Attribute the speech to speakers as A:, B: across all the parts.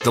A: The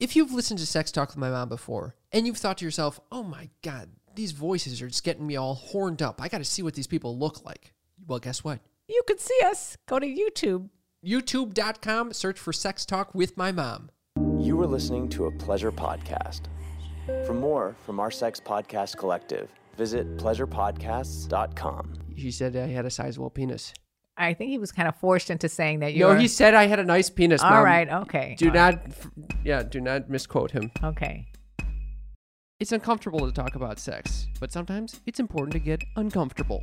B: If you've listened to Sex Talk with My Mom before and you've thought to yourself, oh my God, these voices are just getting me all horned up. I got to see what these people look like. Well, guess what?
C: You can see us. Go to YouTube.
B: YouTube.com, search for Sex Talk with My Mom.
D: You were listening to a pleasure podcast. For more from our sex podcast collective, visit pleasurepodcasts.com.
B: He said I had a sizable penis.
C: I think he was kind of forced into saying that you
B: No,
C: were.
B: he said I had a nice penis.
C: All
B: Mom.
C: right, okay.
B: Do not, f- yeah, do not misquote him.
C: Okay.
B: It's uncomfortable to talk about sex, but sometimes it's important to get uncomfortable.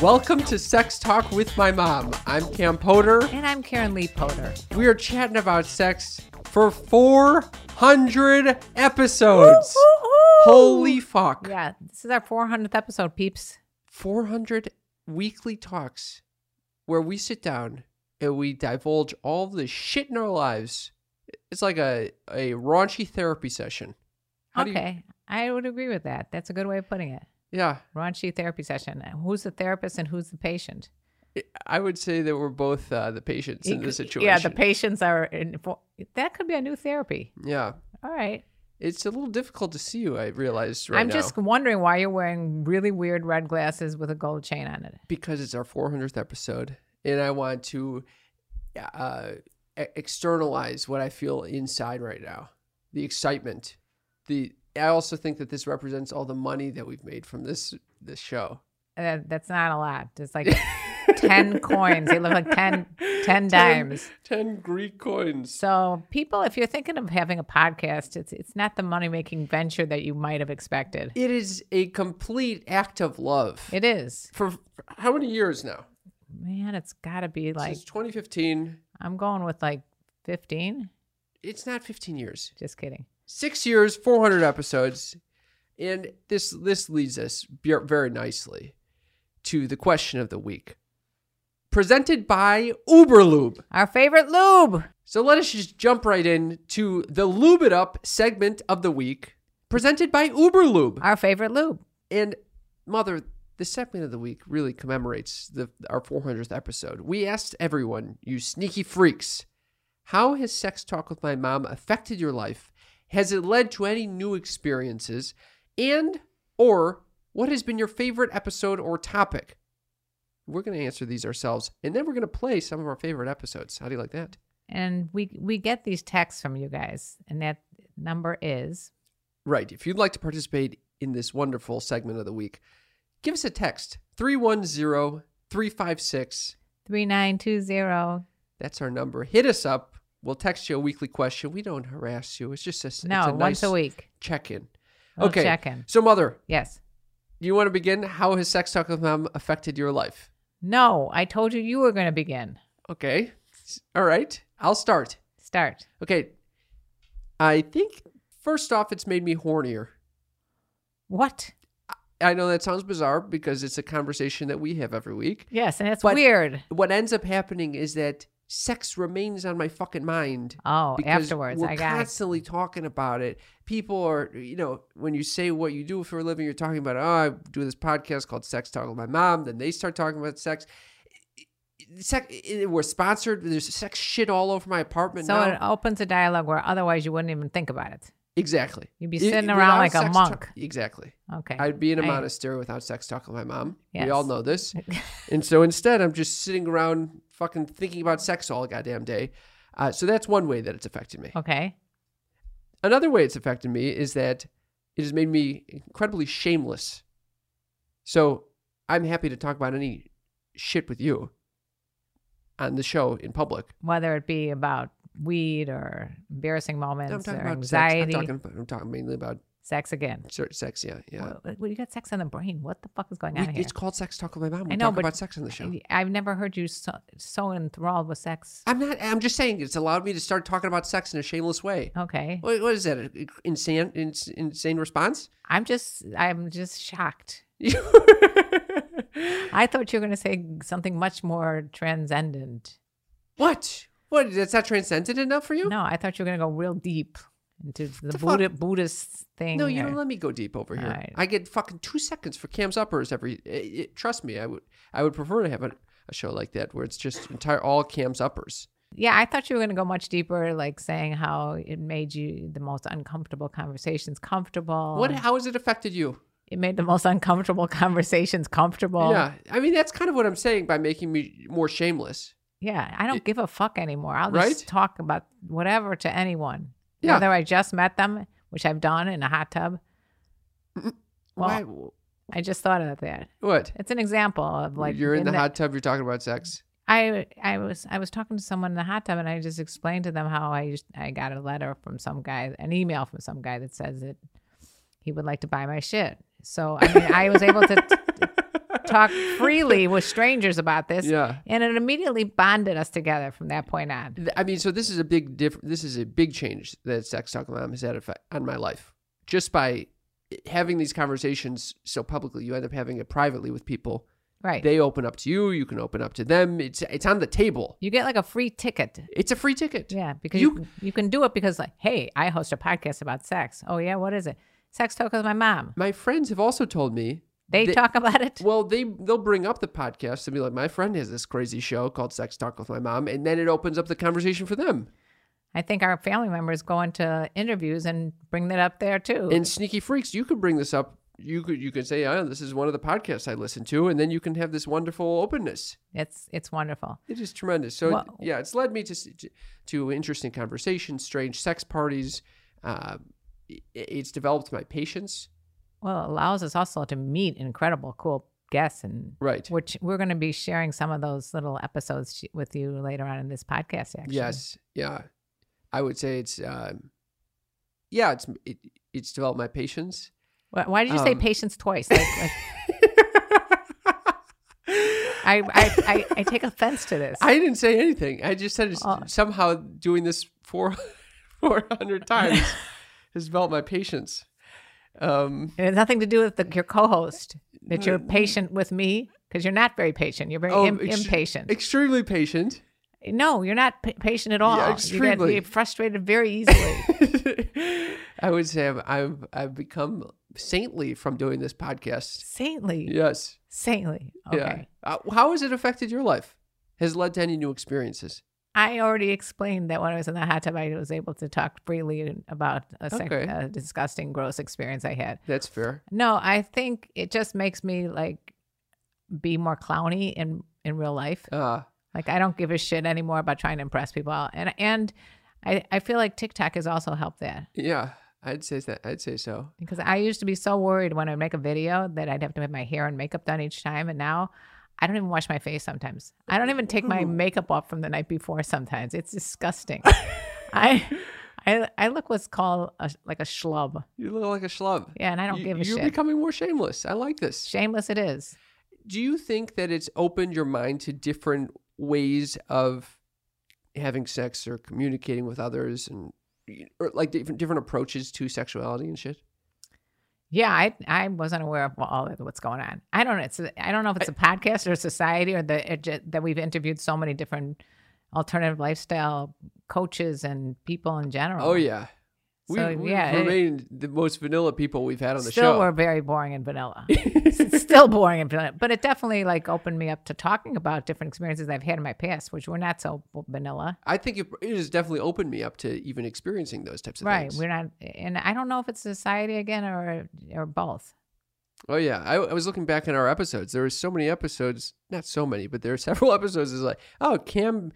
B: Welcome to Sex Talk with My Mom. I'm Cam Potter.
C: And I'm Karen Lee Potter.
B: We are chatting about sex for 400 episodes.
C: Oh!
B: Holy fuck.
C: Yeah, this is our 400th episode, peeps.
B: 400 weekly talks where we sit down and we divulge all the shit in our lives. It's like a, a raunchy therapy session. How do you-
C: okay, I would agree with that. That's a good way of putting it.
B: yeah.
C: Raunchy therapy session. Who's the therapist and who's the patient?
B: I would say that we're both uh, the patients in this situation.
C: Yeah, the patients are. In, for- that could be a new therapy.
B: Yeah.
C: All right.
B: It's a little difficult to see you, I realized right
C: I'm
B: now.
C: just wondering why you're wearing really weird red glasses with a gold chain on it.
B: because it's our 400th episode and I want to uh, e- externalize what I feel inside right now the excitement the I also think that this represents all the money that we've made from this this show
C: Uh, that's not a lot. It's like 10 coins. They look like 10, 10 dimes.
B: 10 Greek coins
C: So, people, if you're thinking of having a podcast, it's it's not the money making venture that you might have expected.
B: it is a complete act of love
C: It is,
B: for for how many years now
C: man. It's got to be like
B: since 2015
C: I'm going with like 15.
B: it's not 15 years
C: Just kidding.
B: six years, 400 episodes, and this this leads us be- very nicely to the question of the week, presented by Uberlube.
C: Our favorite lube.
B: So let us just jump right in to the Lube It Up segment of the week, presented by Uberlube.
C: Our favorite lube.
B: And mother, this segment of the week really commemorates the our 400th episode. We asked everyone, you sneaky freaks, how has sex talk with my mom affected your life? Has it led to any new experiences? And or what has been your favorite episode or topic? We're going to answer these ourselves and then we're going to play some of our favorite episodes. How do you like that?
C: And we we get these texts from you guys, and that number is
B: Right. If you'd like to participate in this wonderful segment of the week, give us a text 310 356
C: three nine two zero.
B: That's our number. Hit us up. We'll text you a weekly question. We don't harass you. It's just a, it's
C: No,
B: a
C: once
B: nice
C: a week.
B: check in.
C: We'll
B: okay.
C: check in.
B: So, mother,
C: Yes.
B: do you want to begin? How has sex talk with mom affected your life?
C: No, I told you you were going to begin.
B: Okay. All right. I'll start.
C: Start.
B: Okay. I think first off, it's made me hornier.
C: What?
B: I know that sounds bizarre because it's a conversation that we have every week.
C: Yes, and it's
B: But-
C: weird.
B: What ends up happening is that sex remains on my fucking mind.
C: Oh,
B: because
C: afterwards,
B: We're
C: I got it.
B: constantly talking about it. People are, you know, when you say what you do for a living, you're talking about, oh, I do this podcast called Sex Talk with My Mom. Then they start talking about sex. Sex, eh, we're sponsored. There's sex shit all over my apartment
C: So
B: now.
C: it opens a dialogue where otherwise you wouldn't even think about it.
B: exactly.
C: You'd be
B: It-
C: sitting
B: without
C: around like a
B: sex
C: monk.
B: talk- exactly.
C: Okay.
B: I'd be in a
C: I-
B: monastery without sex talk with my mom.
C: Yes.
B: We all know this. and so instead, I'm just sitting around fucking thinking about sex all goddamn day. Uh, so that's one way that it's affected me.
C: Okay.
B: Another way it's affected me is that it has made me incredibly shameless. So I'm happy to talk about any shit with you on the show in public.
C: whether it be about weed or embarrassing moments
B: No, I'm talking
C: or
B: about
C: anxiety,
B: sex. I'm talking, I'm talking mainly about
C: sex again.
B: cer- sex. Yeah, yeah.
C: Well, well, you got sex on the brain. What the fuck is going
B: We-
C: on here?
B: it's called Sex Talk with My Mom. We
C: I know,
B: talk
C: but
B: about sex on the show.
C: I- I've never heard you so, so enthralled with sex.
B: I'm not. I'm just saying it's allowed me to start talking about sex in a shameless way.
C: Okay,
B: What, what is that? An insane, ins insane response?
C: I'm just I'm just shocked. I thought you were going to say something much more transcendent.
B: What? What? That's not transcendent enough for you?
C: No, I thought you were going to go real deep into the,
B: the fuck?
C: Buddha, Buddhist thing.
B: No, you don't
C: or-
B: let me go deep over here.
C: Alright.
B: I get fucking two seconds for Cam's uppers every. It, it- trust me, I would. I would prefer to have a, a show like that where it's just entire all Cam's uppers.
C: Yeah, I thought you were going to go much deeper, like saying how it made you the most uncomfortable conversations comfortable.
B: What?
C: and
B: How has it affected you?
C: It made the most uncomfortable conversations comfortable.
B: yeah, I mean that's kind of what I'm saying by making me more shameless.
C: Yeah, I don't give a fuck anymore. I'll
B: Right?
C: just talk about whatever to anyone.
B: Yeah.
C: Whether I just met them, which I've done in a hot tub.
B: Why?
C: Well, I just thought of that.
B: What?
C: It's an example of like
B: You're in the hot tub. You're talking about sex.
C: I I was I was talking to someone in the hot tub and I just explained to them how I used, I got a letter from some guy, an email from some guy that says that he would like to buy my shit. So I mean, I was able to t- t- talk freely with strangers about this,
B: Yeah.
C: and it immediately bonded us together from that point on.
B: Th- I mean, so this is a big diff. This is a big change that Sex Talk with Mom has had effect on my life. Just by eh, having these conversations so publicly, you end up having it privately with people.
C: Right?
B: They open up to you. You can open up to them. It's it's on the table.
C: you get like a free ticket.
B: It's a free ticket.
C: Yeah, because
B: You-
C: you, can- you can do it because like, hey, I host a podcast about sex. Oh yeah, what is it? Sex talk with my mom.
B: My friends have also told me.
C: They,
B: They-
C: talk about it.
B: Well, they they'll bring up the podcast and be like, "My friend has this crazy show called Sex Talk with My Mom," and then it opens up the conversation for them.
C: I think our family members go into interviews and bring that up there too.
B: And sneaky freaks, you could bring this up. You could you could say, "Oh, this is one of the podcasts I listen to," and then you can have this wonderful openness.
C: it's it's wonderful.
B: It is tremendous. So
C: Well-
B: yeah, it's led me to s- to- to interesting conversations, strange sex parties. Uh, it- it's developed my patience.
C: Well, it allows us also to meet incredible, cool guests, and
B: Right.
C: which we're going to be sharing some of those little episodes sh- with you later on in this podcast. Actually,
B: Yes, yeah, I would say it's um, yeah, it's it, it's developed my patience.
C: Why, why did you say
B: Um,
C: patience twice? Like, like, I, I, I I take offense to this.
B: I didn't say anything. I just said it's
C: Oh.
B: somehow doing this four four hundred times has developed my patience. Um,
C: it has nothing to do with the, your co-host that you're patient with me because you're not very patient. You're very
B: oh,
C: im-
B: ex-
C: impatient.
B: extremely patient.
C: no, you're not p- patient at all. You
B: extremely.
C: get you're frustrated very easily.
B: I would say I'm, I've I've become saintly from doing this podcast.
C: Saintly.
B: Yes.
C: Saintly. Okay.
B: Yeah. Uh, how has it affected your life? Has it led to any new experiences?
C: I already explained that when I was in the hot tub, I was able to talk freely about a, sec-
B: Okay.
C: a disgusting, gross experience I had.
B: That's fair.
C: No, I think it just makes me like be more clowny in in real life.
B: Uh,
C: Like I don't give a shit anymore about trying to impress people, and and I I feel like TikTok has also helped that
B: yeah, I'd say that. I'd say so.
C: because I used to be so worried when I would make a video that I'd have to have my hair and makeup done each time, and now I don't even wash my face sometimes. I don't even take my makeup off from the night before sometimes. It's disgusting. I, I, I look what's called a, like a schlub.
B: You look like a schlub.
C: Yeah, and I don't
B: You-
C: give a
B: You're
C: shit.
B: becoming more shameless. I like this.
C: Shameless it is.
B: Do you think that it's opened your mind to different ways of having sex or communicating with others and or like different different approaches to sexuality and shit?
C: Yeah, I I wasn't aware of all of what's going on. I don't know. It's I don't know if it's a podcast or society or the it ju- that we've interviewed so many different alternative lifestyle coaches and people in general.
B: Oh yeah. We,
C: So,
B: we
C: yeah, it-
B: remained the most vanilla people we've had on the
C: still
B: show.
C: were very boring and vanilla. It's still boring and vanilla, but it definitely like opened me up to talking about different experiences I've had in my past, which were not so b- vanilla.
B: I think it, it has definitely opened me up to even experiencing those types of
C: Right.
B: things.
C: We're not, and I don't know if it's society again or or both.
B: Oh yeah, I, I was looking back in our episodes. There were so many episodes, not so many, but there are several episodes. Is like, oh, Cam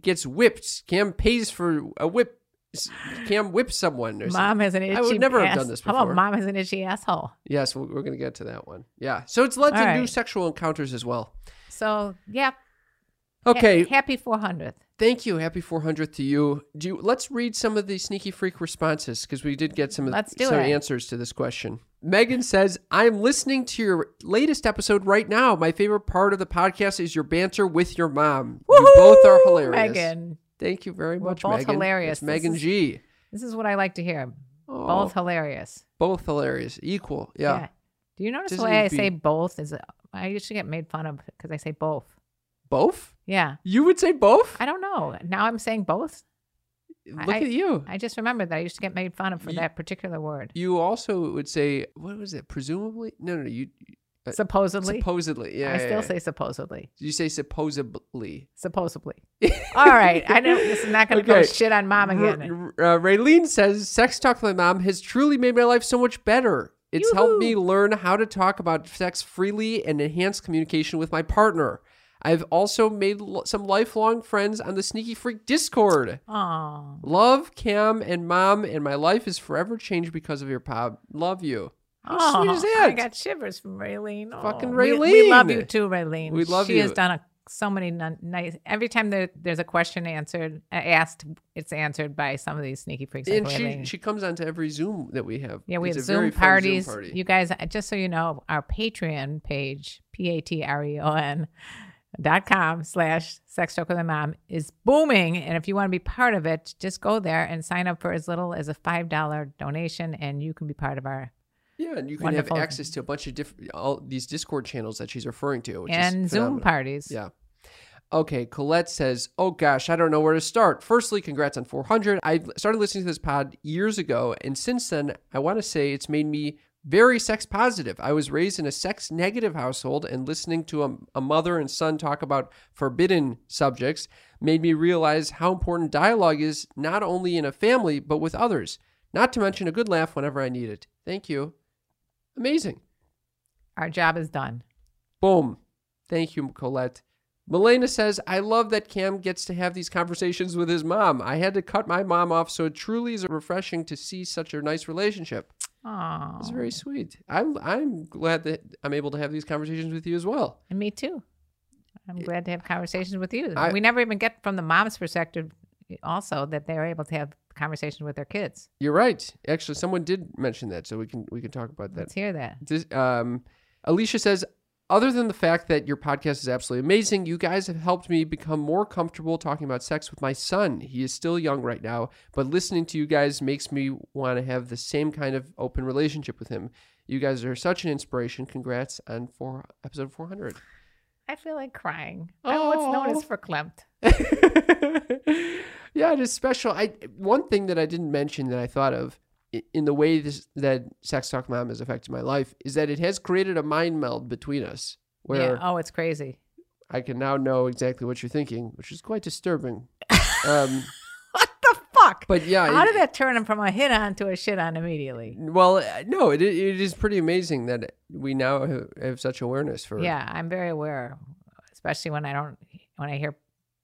B: gets whipped. Cam pays for a whip s- Cam whip someone or something.
C: Mom has an itchy.
B: would never have
C: ass-
B: done this
C: How
B: before.
C: about mom has an itchy asshole?
B: Yes, we- we're going to get to that one. Yeah. So it's led
C: All
B: to new
C: right.
B: sexual encounters as well.
C: So yeah. Ha-
B: Okay.
C: happy 400th.
B: Thank you. Happy 400th to you. Do you, let's read some of the sneaky freak responses because we did get some of-
C: Let's do
B: some
C: it.
B: answers to this question. Megan says, "I'm listening to your latest episode right now. My favorite part of the podcast is your banter with your mom. You both are hilarious.
C: Megan.
B: Thank you very
C: We're
B: much,
C: both
B: Megan.
C: hilarious.
B: It's
C: This
B: Megan
C: is-
B: G.
C: This is what I like to hear.
B: Oh,
C: Both hilarious.
B: both hilarious, equal. Yeah.
C: Do you notice
B: Doesn't
C: the way
B: need
C: I
B: to
C: say
B: be-
C: both is I used to get made fun of because I say both.
B: both.
C: Yeah.
B: You would say both.
C: I don't know. Now I'm saying both.
B: Look
C: I-
B: at you.
C: I just remembered that I used to get made fun of for
B: Ye-
C: that particular word.
B: you also would say, what was it? Presumably? No, no, no. You uh,
C: Supposedly.
B: supposedly. Yeah. yeah,
C: I still
B: yeah.
C: say supposedly.
B: You say supposedly.
C: Supposedly. All right. I know this is not going to
B: Okay.
C: go shit on mom again.
B: R- r- uh, Raylene says, "Sex talk with my mom has truly made my life so much better. It's helped me learn how to talk about sex freely and enhance communication with my partner. I've also made l- some lifelong friends on the Sneaky Freak Discord.
C: Oh,
B: Love Cam and mom, and my life is forever changed because of your pop. Love you. How sweet is that?
C: I got shivers from Raylene. Oh,
B: Fucking
C: we- We, love
B: Raylene.
C: you too, Raylene.
B: We love
C: she has
B: you.
C: done a, so many nun- nice. Every time there, there's a question answered, uh, asked, it's answered by some of these sneaky freaks.
B: and
C: like
B: she
C: Raylene.
B: she comes onto every Zoom that we have.
C: yeah, we
B: It's
C: have
B: a very
C: Zoom
B: fun
C: parties.
B: party.
C: You guys, uh, just so you know, our Patreon page, p a t r e o n dot com slash sex talk with a mom is booming and if you want to be part of it just go there and sign up for as little as a five dollar donation and you can be part of our
B: Yeah, and you can
C: Wonderful.
B: have access to a bunch of different all these Discord channels that she's referring to, which
C: and
B: is
C: zoom
B: phenomenal.
C: parties
B: Yeah. Okay, Colette says, "Oh gosh, I don't know where to start. Firstly, congrats on 400. I started listening to this pod years ago, and since then, I want to say it's made me very sex positive. I was raised in a sex negative household, and listening to a, a mother and son talk about forbidden subjects made me realize how important dialogue is not only in a family but with others. Not to mention a good laugh whenever I need it. Thank you. Amazing.
C: our job is done
B: Boom. Thank you, Colette. Milena says, I love that Cam gets to have these conversations with his mom. I had to cut my mom off, so it truly is refreshing to see such a nice relationship.
C: oh
B: It's very sweet. I'm I'm glad that I'm able to have these conversations with you as well.
C: And me too. I'm glad to have conversations with you.
B: I-
C: we never even get from the mom's perspective, also, that they're able to have conversations with their kids.
B: You're right. Actually, someone did mention that, so we can we can talk about that.
C: Let's hear that.
B: This, um, Alicia says, other than the fact that your podcast is absolutely amazing, you guys have helped me become more comfortable talking about sex with my son. He is still young right now, but listening to you guys makes me want to have the same kind of open relationship with him. You guys are such an inspiration. Congrats on four, episode 400.
C: I feel like crying. I'm what's known
B: Oh.
C: as verklempt.
B: yeah, it is special. I one thing that I didn't mention that I thought of i- in the way this that Sex Talk Mom has affected my life is that it has created a mind meld between us where
C: Yeah. Oh, it's crazy.
B: I can now know exactly what you're thinking, which is quite disturbing. um,
C: What the fuck?
B: but yeah,
C: How
B: it-
C: did that turn him from a hit on to a shit on immediately?
B: Well, uh, no, it it is pretty amazing that we now have, have such awareness for
C: Yeah, I'm very aware, especially when I don't, when I hear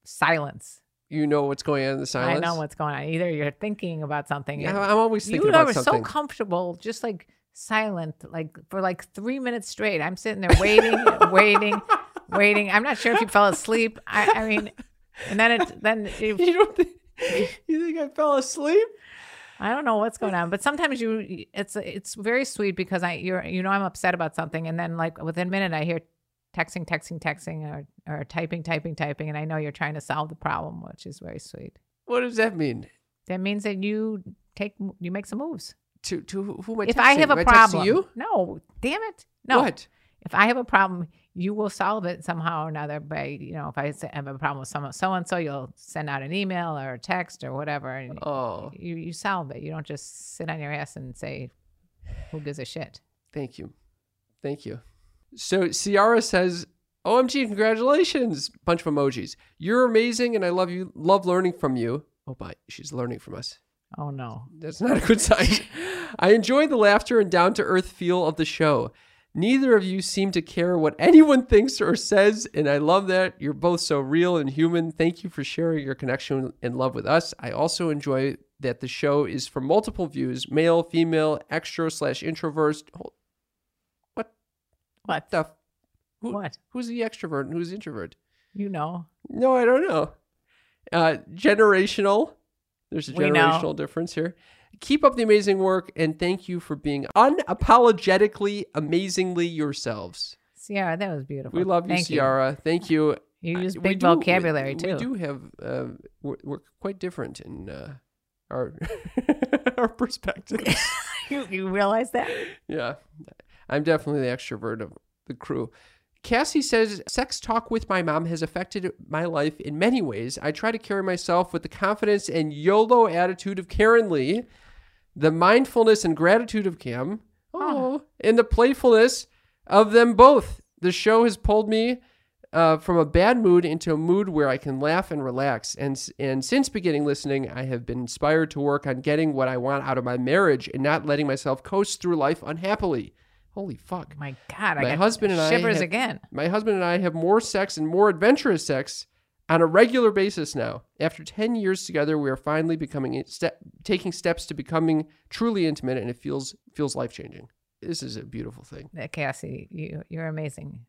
C: silence.
B: you know what's going on in the silence.
C: I know what's going on. Either you're thinking about something.
B: Yeah,
C: and-
B: I'm always thinking
C: you
B: about
C: are so
B: something.
C: comfortable, just like silent, like for like three minutes straight. I'm sitting there waiting, waiting, waiting. I'm not sure if you fell asleep. I, I mean, and then it, then it,
B: you don't think, you think I fell asleep?
C: I don't know what's going on. But sometimes you, it's it's very sweet because I you're you know I'm upset about something, and then like within a minute I hear texting, texting, texting, or or typing, typing, typing, and I know you're trying to solve the problem, which is very sweet.
B: What does that mean?
C: That means that you take you make some moves.
B: To to who- who am I
C: if I
B: texting?
C: have a
B: Am texting
C: problem,
B: you
C: no, damn it, no.
B: what?
C: if I have a problem, you will solve it somehow or another. By you know, if I say I have a problem with someone, so and so, you'll send out an email or a text or whatever, and
B: Oh,
C: you you solve it. You don't just sit on your ass and say, "Who gives a shit?"
B: thank you, thank you. So Ciara says, "OMG, congratulations!" Bunch of emojis. You're amazing, and I love you. Love learning from you. Oh, bye. She's learning from us.
C: Oh no,
B: That's not a good sign. I enjoy the laughter and down to earth feel of the show. Neither of you seem to care what anyone thinks or says, and I love that. You're both so real and human. Thank you for sharing your connection and love with us. I also enjoy that the show is for multiple views male, female, extra slash introverts. Hol- What
C: What?
B: the? f- Who,
C: What?
B: Who's the extrovert and who's the introvert?
C: You know.
B: No, I don't know. Uh, generational. There's a
C: We know.
B: generational difference here. Keep up the amazing work and thank you for being unapologetically, amazingly yourselves.
C: Sierra, that was beautiful.
B: We love you,
C: Thank
B: Ciara. Thank you.
C: You,
B: I-
C: use
B: we
C: big
B: do-
C: vocabulary
B: we,
C: too.
B: We do have uh, we're, we're quite different in uh, our our perspectives.
C: You, you realize that?
B: yeah, I'm definitely the extrovert of the crew. Cassie says sex talk with my mom has affected my life in many ways. I try to carry myself with the confidence and YOLO attitude of Karen Lee, the mindfulness and gratitude of Cam, oh, and the playfulness of them both. The show has pulled me uh, from a bad mood into a mood where I can laugh and relax. And and since beginning listening, I have been inspired to work on getting what I want out of my marriage and not letting myself coast through life unhappily. Holy fuck!
C: My God, I
B: My
C: got
B: husband and I
C: shivers
B: had-
C: again.
B: My husband and I have more sex and more adventurous sex on a regular basis now. After 10 years together, we are finally becoming step, taking steps to becoming truly intimate and it feels feels life-changing. This is a beautiful thing.
C: Uh, Cassie, you you're amazing,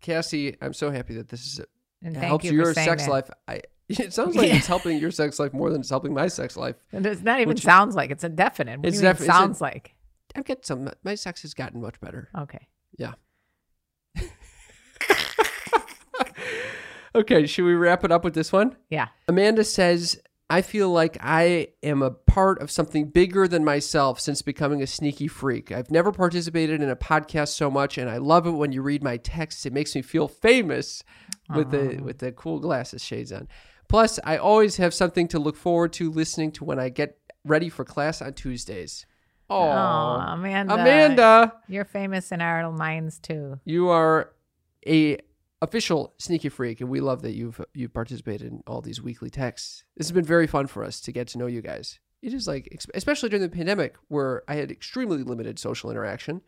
B: Cassie, I'm so happy that this is a,
C: and
B: it
C: thank
B: helps
C: you
B: your
C: for saying
B: sex
C: that.
B: life. I it sounds like
C: Yeah.
B: it's helping your sex life more than it's helping my sex life.
C: And it's not even
B: Which-
C: sounds like it's indefinite. What
B: It's
C: do you mean
B: defi- it's a-
C: sounds like
B: I get some my sex has gotten much better.
C: okay.
B: Yeah. okay, should we wrap it up with this one?
C: Yeah,
B: Amanda says, I feel like I am a part of something bigger than myself since becoming a sneaky freak. I've never participated in a podcast so much, and I love it when you read my texts. It makes me feel famous with the with the cool glasses shades on. Plus, I always have something to look forward to listening to when I get ready for class on Tuesdays.
C: Aw,
B: Oh,
C: Amanda.
B: Amanda,
C: you're famous in our minds too.
B: you are a official sneaky freak and we love that you've you've participated in all these weekly texts this has been very fun for us to get to know you guys it is like ex- especially during the pandemic where i had extremely limited social interaction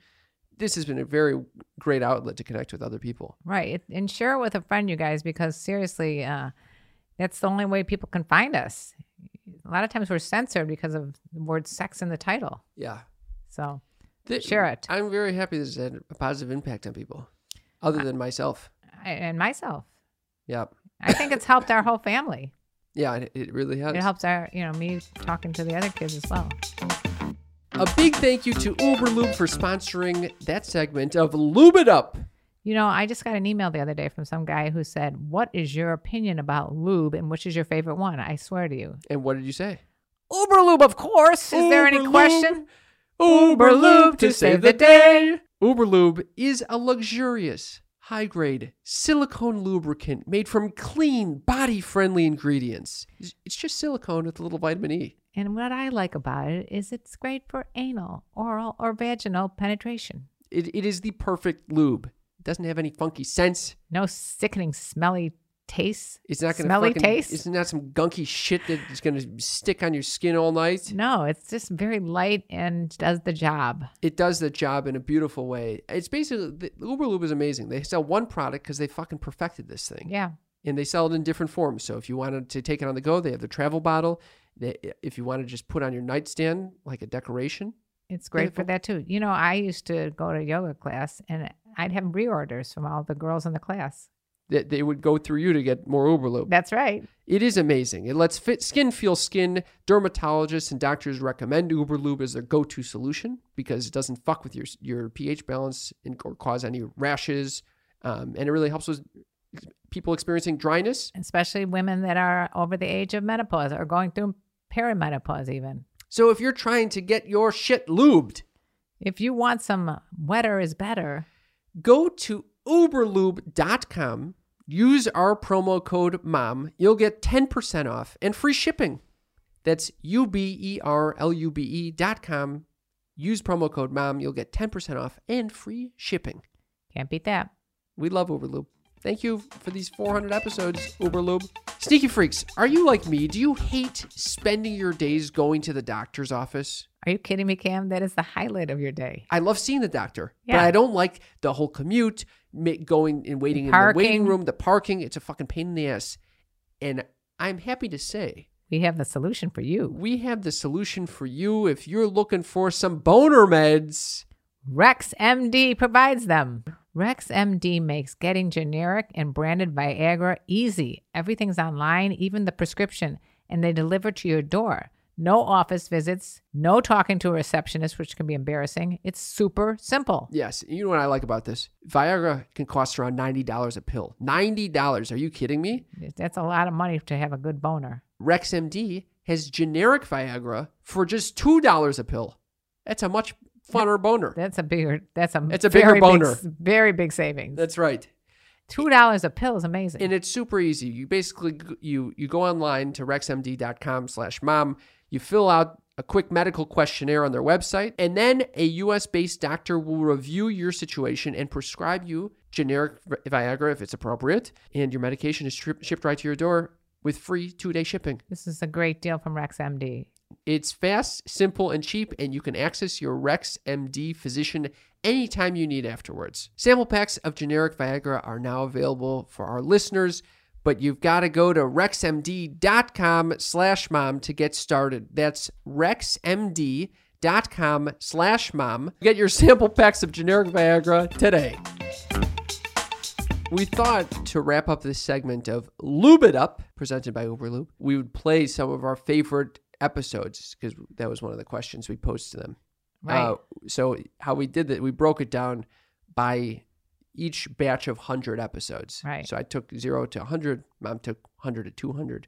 B: this has been a very great outlet to connect with other people
C: Right, It- and share it with a friend, you guys, because seriously, uh, that's the only way people can find us. A lot of times we're censored because of the word "sex" in the title.
B: yeah
C: So
B: Th-
C: Share it.
B: i'm very happy this has had a positive impact on people
C: Uh,
B: other than myself
C: I, and myself.
B: yeah
C: I think it's helped our whole family.
B: yeah it, it really has
C: It helps our, you know, me talking to the other kids as well.
B: a big thank you to uberlube for sponsoring that segment of lube it up
C: You know, I just got an email the other day from some guy who said, "What is your opinion about lube, and which is your favorite one?" I swear to you,
B: and what did you say
C: Uber lube, of course. Is there any
B: Uber
C: question?
B: Lube. Uber Lube to save the day. Uber Lube is a luxurious, high grade silicone lubricant made from clean, body friendly ingredients. It's- It's just silicone with a little vitamin E.
C: And what I like about it is it's great for anal, oral, or vaginal penetration.
B: It, it is the perfect lube. It doesn't have any funky scents.
C: No sickening, smelly taste.
B: It's not going to
C: smelly
B: fucking,
C: taste.
B: It's not some gunky shit that's going to stick on your skin all night.
C: no, it's just very light and does the job.
B: it does the job in a beautiful way. It's basically the, Uber Lube is amazing. They sell one product because they fucking perfected this thing.
C: Yeah,
B: and they sell it in different forms. So if you wanted to take it on the go, they have the travel bottle. They, if you want to just put on your nightstand like a decoration,
C: it's great for
B: Beautiful.
C: that too. You know, I used to go to yoga class and I'd have reorders from all the girls in the class.
B: that they would go through you to get more Uberloop.
C: That's right.
B: It is amazing. It lets fit skin feel skin. Dermatologists and doctors recommend Uberlube as their go-to solution because it doesn't fuck with your your pH balance and, or cause any rashes, um, and it really helps with people experiencing dryness.
C: Especially women that are over the age of menopause or going through perimenopause, even.
B: So if you're trying to get your shit lubed.
C: If you want some wetter is better,
B: go to uberlube.com use our promo code mom you'll get 10% off and free shipping that's E u-b-e-r-l-u-b-e E dot com use promo code mom you'll get 10% off and free shipping
C: can't beat that.
B: we love uberlube thank you for these 400 episodes uberlube sneaky freaks are you like me do you hate spending your days going to the doctor's office
C: Are you kidding me, Cam? That is the highlight of your day.
B: I love seeing the doctor, but
C: Yeah.
B: I don't like the whole commute, ma- going and waiting in the waiting
C: Parking.
B: room, the parking. It's a fucking pain in the ass. And I'm happy to say
C: We have the solution for you.
B: We have the solution for you if you're looking for some boner meds.
C: Rex MD provides them. Rex MD makes getting generic and branded Viagra easy. Everything's online, even the prescription, and they deliver to your door. No office visits, no talking to a receptionist, which can be embarrassing. It's super simple.
B: Yes, you know what I like about this? Viagra can cost around $90 a pill. $90. Are you kidding me?
C: That's a lot of money to have a good boner.
B: RexMD has generic Viagra for just two dollars a pill. That's a much funner boner.
C: That's a bigger. That's a.
B: It's a bigger
C: very big
B: boner.
C: s- very big savings.
B: That's right,
C: Two dollars a pill is amazing.
B: and it's super easy. You basically g- you you go online to rexmd.com/mom. You fill out a quick medical questionnaire on their website, and then a U.S.-based doctor will review your situation and prescribe you generic Vi- Viagra if it's appropriate, and your medication is tri- shipped right to your door with free two-day shipping.
C: this is a great deal from Rex MD.
B: It's fast, simple, and cheap, and you can access your Rex MD physician anytime you need afterwards. Sample packs of generic Viagra are now available for our listeners, but you've got to go to rexmd.com slash mom to get started. That's rexmd.com slash mom. Get your sample packs of generic Viagra today. We thought to wrap up this segment of Lube It Up, presented by Uberlube, we would play some of our favorite episodes because that was one of the questions we posed to them. Uh,
C: Right.
B: so how we did that, we broke it down by each batch of 100 episodes.
C: Right.
B: So I took 0 to 100. Mom took 100 to 200.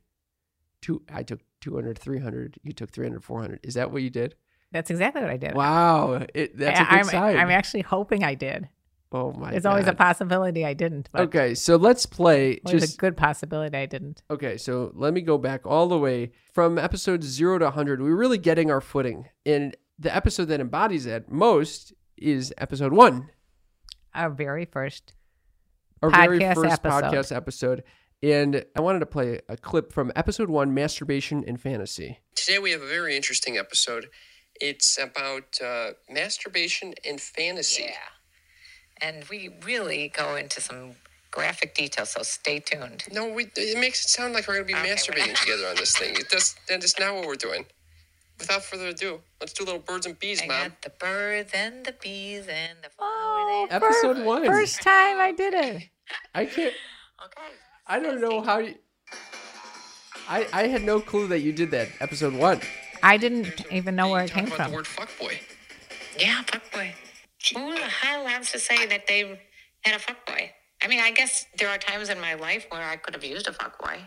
B: Two, I took 200, 300. You took 300, 400. Is that what you did?
C: That's exactly what I did.
B: Wow. It, that's a good
C: I, am
B: sign.
C: I'm actually hoping I did.
B: oh, my
C: It's always a
B: God.
C: possibility I didn't. But
B: Okay, so let's play
C: Well, it's
B: just
C: a good possibility I didn't.
B: Okay, so let me go back all the way from episode zero to 100. We're really getting our footing. And the episode that embodies that most is episode one,
C: Our very first.
B: our very
C: Podcast
B: first
C: episode.
B: podcast episode. And I wanted to play a clip from episode one Masturbation and Fantasy. Today we have a very interesting episode. It's about uh, masturbation and fantasy.
E: And we really go into some graphic detail, so stay tuned.
B: No, we, it makes it sound like we're going to be masturbating together on this thing. That's, that is not what we're doing. Without further ado, let's do little birds and bees,
E: I got the birds and the bees and the
C: Oh.
E: flowers. and-
B: Episode one.
C: First time I did it.
B: I can't.
E: Okay.
B: I don't know how you. I I had no clue that you did that. Episode one.
C: I didn't even know where it came from.
B: fuckboy.
E: Yeah, fuckboy. Who the hell wants to say that they had a fuckboy? I mean, I guess there are times in my life where I could have used a fuckboy.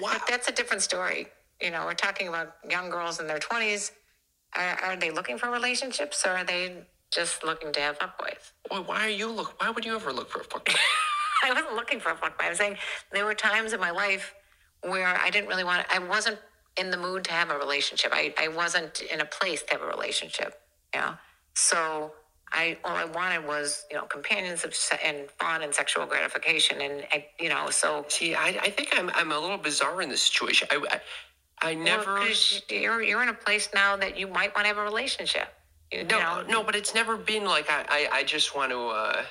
E: but that's a different story. You know, we're talking about young girls in their 20s. Are, are they looking for relationships or are they just looking to have fuckboys?
B: Why, why are you look? Why would you ever look for a fuckboy?
E: I wasn't looking for a fuckboy. I'm saying there were times in my life where I didn't really want. I wasn't in the mood to have a relationship. I, I wasn't in a place to have a relationship. You know, so I all I wanted was you know companionship se- and fun and sexual gratification and I you know so.
B: See, I, I think I'm I'm a little bizarre in this situation. I I, I never.
E: Well, 'cause you're you're in a place now that you might want to have a relationship. You,
B: no,
E: you know,
B: no, but it's never been like I I, I just want to. uh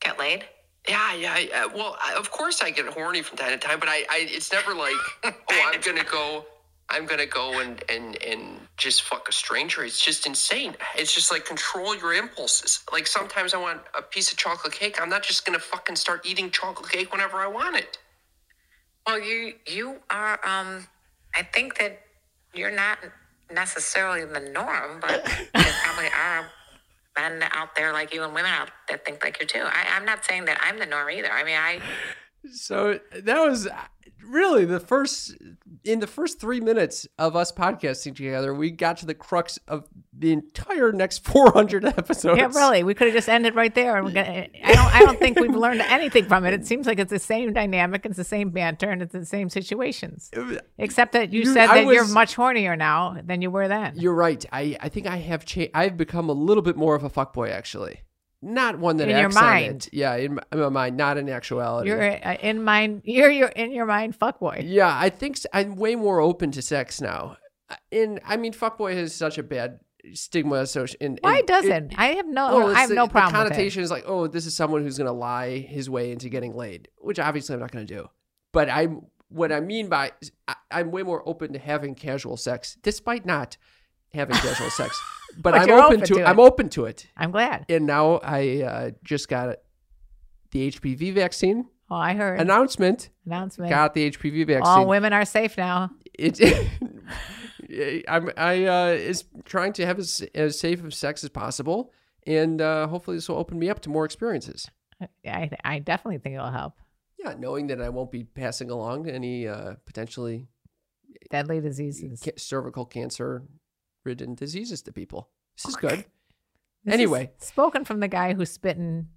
E: get laid.
B: yeah, yeah, I- uh, well, I, of course I get horny from time to time, but I, I it's never like, oh, I'm gonna go, I'm gonna go and and and just fuck a stranger. It's just insane. It's just like control your impulses. Like sometimes I want a piece of chocolate cake. I'm not just gonna fucking start eating chocolate cake whenever I want it.
E: Well, you you are. Um, I think that you're not necessarily the norm, but there probably are men out there like you and women out that think like you too. I, I'm not saying that I'm the norm either. I mean, I
B: So that was uh, really the first in the first three minutes of us podcasting together. We got to the crux of the entire next 400 episodes.
C: Yeah, really. We could have just ended right there, and we got, I don't. I don't think we've learned anything from it. It seems like it's the same dynamic, it's the same banter, and it's the same situations. Except that you,
B: You-
C: said
B: I
C: that you're
B: was-
C: much hornier now than you were then.
B: You're right. I, I think I have changed. I've become a little bit more of a fuckboy, actually. Not one that
C: In your
B: acts on
C: mind.
B: it. Yeah, in my, in my mind, not in actuality.
C: You're uh, in mind. You're you're in your mind, fuckboy.
B: yeah, I think s- I'm way more open to sex now. And I mean, fuckboy has such a bad stigma. associ- and,
C: Why
B: and Oh,
C: doesn't? I have no.
B: it's
C: Oh, I have
B: the-
C: no
B: the
C: problem. with it.
B: connotation is like, oh, this is someone who's going to lie his way into getting laid, which obviously I'm not going to do. But I'm what I mean by I, I'm way more open to having casual sex, despite not having casual sex. But,
C: But
B: I'm
C: you're
B: open,
C: open
B: to,
C: to it.
B: I'm open to it.
C: I'm glad.
B: And now I uh, just got the HPV vaccine
C: Oh, I heard
B: announcement.
C: announcement.
B: Got the HPV vaccine.
C: All women are safe now.
B: it, I'm I uh, is trying to have as, as safe of sex as possible, and uh, hopefully this will open me up to more experiences.
C: I, I definitely think it'll help.
B: Yeah, knowing that I won't be passing along any uh, potentially
C: Deadly diseases.
B: ca- cervical cancer ridden diseases to people. This is good.
C: This is
B: anyway.
C: spoken from the guy who spit in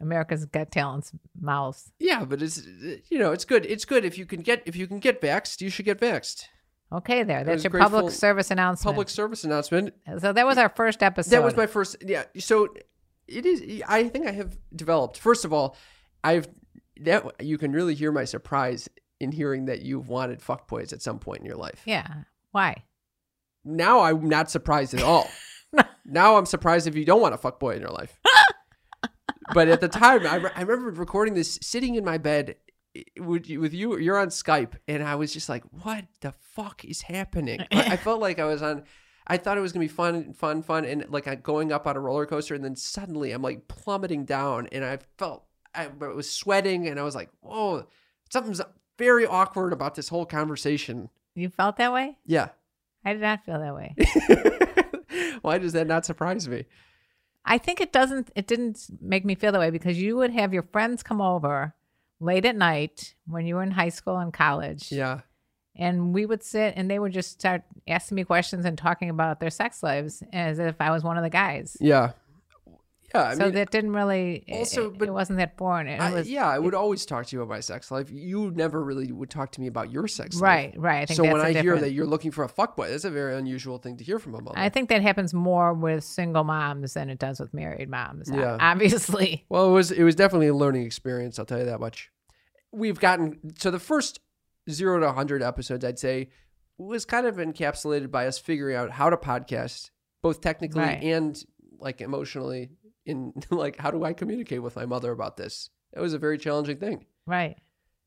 C: America's Got Talent's mouths.
B: Yeah, but it's you know it's good. It's good if you can get if you can get vaxxed, you should get vaxxed.
C: Okay, there.
B: was
C: That's your
B: grateful-
C: public service announcement.
B: Public service announcement.
C: so that was our first episode.
B: That was my first. Yeah. So it is. I think I have developed. First of all, I've that you can really hear my surprise in hearing that you've wanted fuck boys at some point in your life.
C: Yeah. Why?
B: Now I'm not surprised at all. now I'm surprised if you don't want a fuck boy in your life. but at the time, I, re- I remember recording this sitting in my bed with you, with you. You're on Skype, and I was just like, "What the fuck is happening?" I, I felt like I was on. I thought it was gonna be fun, fun, fun, and like I- going up on a roller coaster, and then suddenly I'm like plummeting down, and I felt I was sweating, and I was like, "Whoa, something's very awkward about this whole conversation."
C: You felt that way?
B: Yeah.
C: I did not feel that way.
B: Why does that not surprise me?
C: I think it doesn't it didn't make me feel that way because you would have your friends come over late at night when you were in high school and college.
B: Yeah.
C: And we would sit and they would just start asking me questions and talking about their sex lives as if I was one of the guys.
B: Yeah. Yeah. I
C: so
B: mean,
C: that didn't really
B: Also,
C: also it,
B: but-
C: it wasn't that foreign. It
B: I-
C: was
B: yeah, I would always talk to you about my sex life. You never really would talk to me about your sex life.
C: right, right. I think
B: so
C: that's
B: when
C: the
B: I hear
C: difference.
B: that you're looking for a fuckboy, that's a very unusual thing to hear from a mother.
C: I think that happens more with single moms than it does with married moms.
B: Yeah.
C: Obviously.
B: Well, it was it was definitely a learning experience. I'll tell you that much. We've gotten so the first zero to hundred episodes, I'd say, was kind of encapsulated by us figuring out how to podcast, both technically
C: Right.
B: and like emotionally. In like, how do I communicate with my mother about this? It was a very challenging thing.
C: Right.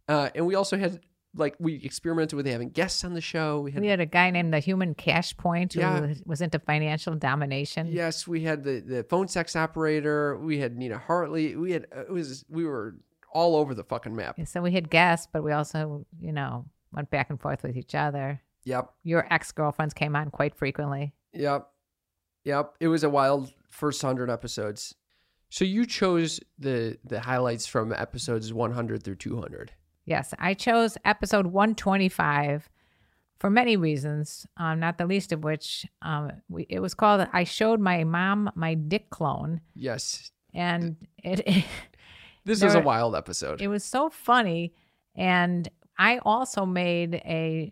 B: Uh, and we also had like we experimented with having guests on the show. We had
C: We had a guy named the Human Cash Point who
B: Yeah.
C: was into financial domination.
B: yes, we had the the phone sex operator. We had Nina Hartley. We had uh, it was we were all over the fucking map.
C: And So we had guests, but we also, you know, went back and forth with each other.
B: Yep.
C: Your ex girlfriends came on quite frequently.
B: Yep. Yep. It was a wild first 100 episodes. So you chose the the highlights from episodes 100 through 200.
C: Yes, I chose episode 125 for many reasons, um, not the least of which um, we, it was called I Showed My Mom My Dick Clone.
B: Yes.
C: And it.
B: This was a
C: There-
B: wild episode.
C: It was so funny. And I also made a,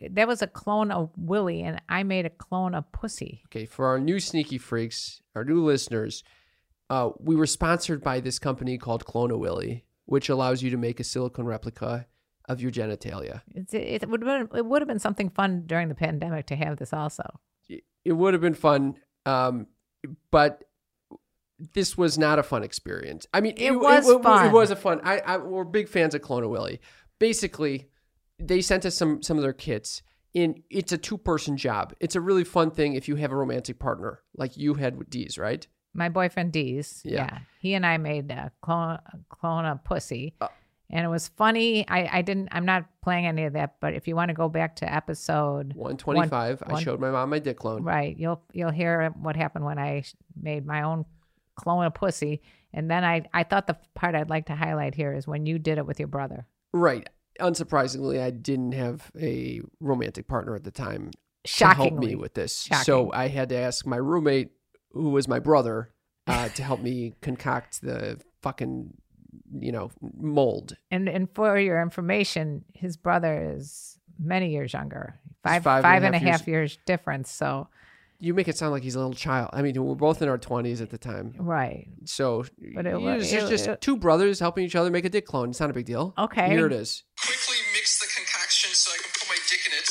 C: there was a clone of Willie, and I made a clone of Pussy.
B: okay, for our new sneaky freaks, our new listeners, uh, we were sponsored by this company called Clona Willy, which allows you to make a silicone replica of your genitalia.
C: It's, it, it would have been, it would have been something fun during the pandemic to have this also.
B: It would have been fun, um, but this was not a fun experience. I mean,
C: It was
B: it,
C: fun.
B: was a fun. I, I we're big fans of Clona Willy. Basically, they sent us some some of their kits. And it's a two person job. It's a really fun thing if you have a romantic partner like you had with Dee's, right?
C: My boyfriend Dee's,
B: Yeah.
C: yeah. he and I made a clone a clone of Pussy,
B: Uh.
C: and it was funny. I I didn't. I'm not playing any of that, but if you want to go back to episode.
B: 125. I
C: one-
B: showed my mom my dick clone.
C: Right, you'll you'll hear what happened when I sh- made my own clone of pussy, and then I I thought the part I'd like to highlight here is when you did it with your brother.
B: Right. Unsurprisingly, I didn't have a romantic partner at the time to help
C: Shockingly,
B: me with this.
C: Shocking.
B: So I had to ask my roommate, who was my brother, uh, to help me concoct the fucking, you know, mold.
C: and and for your information, his brother is many years younger, five
B: five and a
C: five and a half
B: half
C: years. difference. So
B: You make it sound like he's a little child. I mean, we're both in our 20s at the time.
C: right,
B: So
C: But it
B: you
C: wa-
B: know, it's just,
C: it-
B: just
C: it-
B: two brothers helping each other make a dick clone. It's not a big deal.
C: Okay.
B: Here it is.
F: quickly mix the concoction so I can put my dick in it.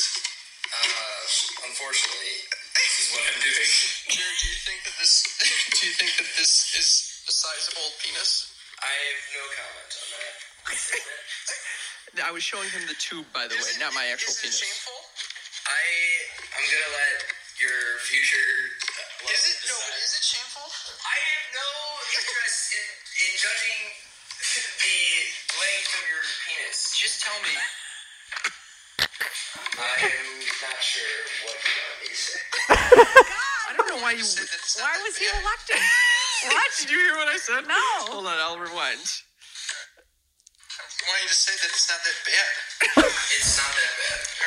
F: Uh, unfortunately, this is what I'm doing. Jared, do you think that this? Do you think that this is the size of old penis? I I have no comment on that.
G: I was showing him the tube, by the way, not my actual
F: is
G: penis.
F: It shameful? I I'm gonna let your future. is it no? But is it shameful? I have no interest in in judging the length of your penis. Just tell me. I'm not sure what you want me to say.
G: I don't know why you.
C: Why was he reluctant?
G: What? Did you hear what I said?
C: No.
G: Hold on, I'll rewind.
F: I want you to say that it's not that bad. it's not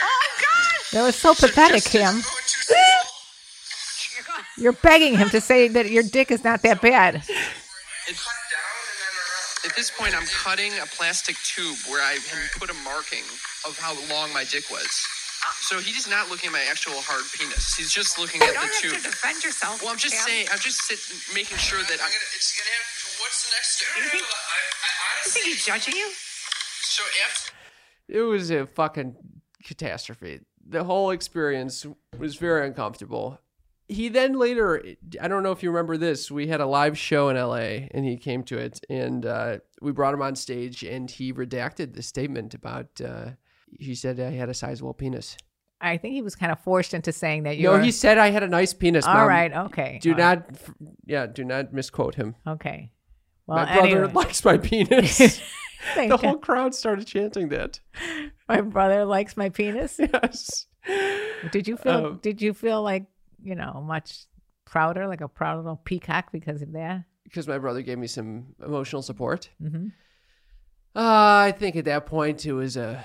F: that bad.
C: That was so pathetic, Kim.
F: Going too slow.
C: You're begging him to say that your dick is not that bad.
F: Cut down and then around.
G: At this point, I'm cutting a plastic tube where I had put a marking of how long my dick was. So he is not looking at my actual hard penis. He's just looking
C: don't
G: at the
C: have to
G: tube.
C: defend yourself,
G: Well, I'm just
C: Cam.
G: saying. I'm just sit, making sure that
F: I'm
G: I'm.
F: gonna, it's gonna have. What's the next step? I, I honestly.
C: he's judging you?
F: So after
B: It was a fucking catastrophe. The whole experience was very uncomfortable. He then later, I don't know if you remember this, we had a live show in LA and he came to it and uh, we brought him on stage and he redacted the statement about, uh, he said I had a sizable penis.
C: I think he was kind of forced into saying that you.
B: No, he said I had a nice penis.
C: All
B: Mom.
C: right. Okay.
B: Do
C: all right,
B: not, yeah, do not misquote him.
C: Okay. Well,
B: my brother
C: anyway,
B: likes my penis.
C: thank
B: the
C: God.
B: whole crowd started chanting that.
C: my brother likes my penis.
B: Yes.
C: Did you feel?
B: Um,
C: did you feel like you know much prouder, like a proud little peacock because of that?
B: because my brother gave me some emotional support.
C: Mm-hmm.
B: Uh, I think at that point it was a,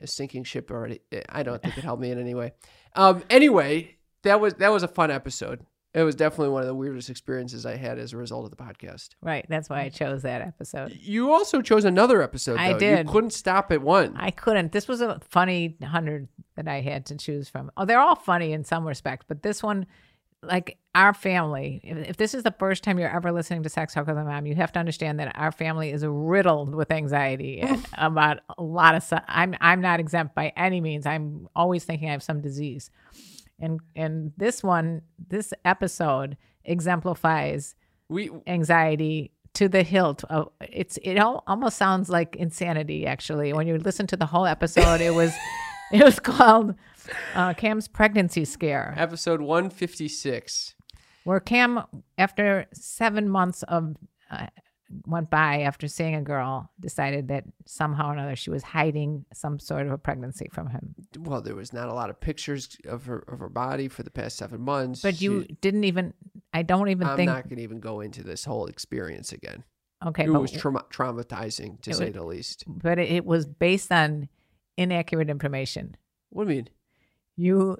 B: a sinking ship already. I don't think it helped me in any way. Um, anyway, that was that was a fun episode. It was definitely one of the weirdest experiences I had as a result of the podcast.
C: Right. That's why I
B: Mm.
C: chose that episode.
B: You also chose another episode. Though.
C: I did.
B: You couldn't stop at one.
C: I couldn't. This was a funny hundred that I had to choose from. Oh, they're all funny in some respects, but this one, like our family, if, if this is the first time you're ever listening to Sex Talk with a Mom, you have to understand that our family is riddled with anxiety and about a lot of stuff. I'm I'm not exempt by any means. I'm always thinking I have some disease, and and this one, this episode exemplifies
B: we
C: anxiety to the hilt. Of, it's it all, almost sounds like insanity. Actually, when you listen to the whole episode, it was it was called uh, Cam's pregnancy scare,
B: episode one fifty six.
C: where Cam, after seven months of uh, went by after seeing a girl, decided that somehow or another she was hiding some sort of a pregnancy from him.
B: Well, there was not a lot of pictures of her of her body for the past seven months.
C: But you
B: She-
C: didn't even. I don't even
B: I'm
C: think.
B: not going to even go into this whole experience again.
C: okay,
B: it
C: but
B: was trauma- traumatizing to
C: It
B: say
C: was-
B: the least.
C: but it, it was based on inaccurate information.
B: What do you mean?
C: you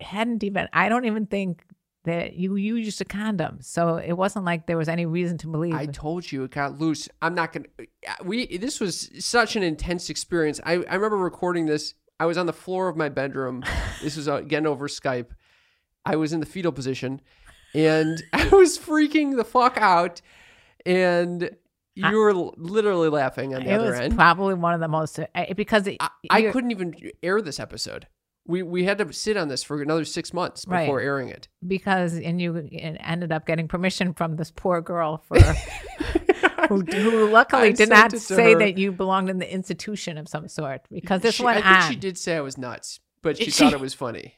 C: hadn't even i don't even think that you used a condom so it wasn't like there was any reason to believe
B: I told you it got loose. I'm not gonna. uh, We this was such an intense experience. I I remember recording this. I was on the floor of my bedroom. this was uh, again over Skype. I was in the fetal position, and I was freaking the fuck out. And you were l- literally laughing on the
C: it
B: other
C: was
B: end.
C: probably one of the most I- because it,
B: I, I
C: you're-
B: couldn't even air this episode. We we had to sit on this for another six months
C: Right.
B: before airing it.
C: because and you it ended up getting permission from this poor girl for who, who luckily
B: I
C: did
B: sent
C: not
B: it to
C: say
B: her.
C: that you belonged in the institution of some sort because this
B: She-
C: went
B: I
C: on
B: think she did say I was nuts, but she
C: She-
B: thought it was funny.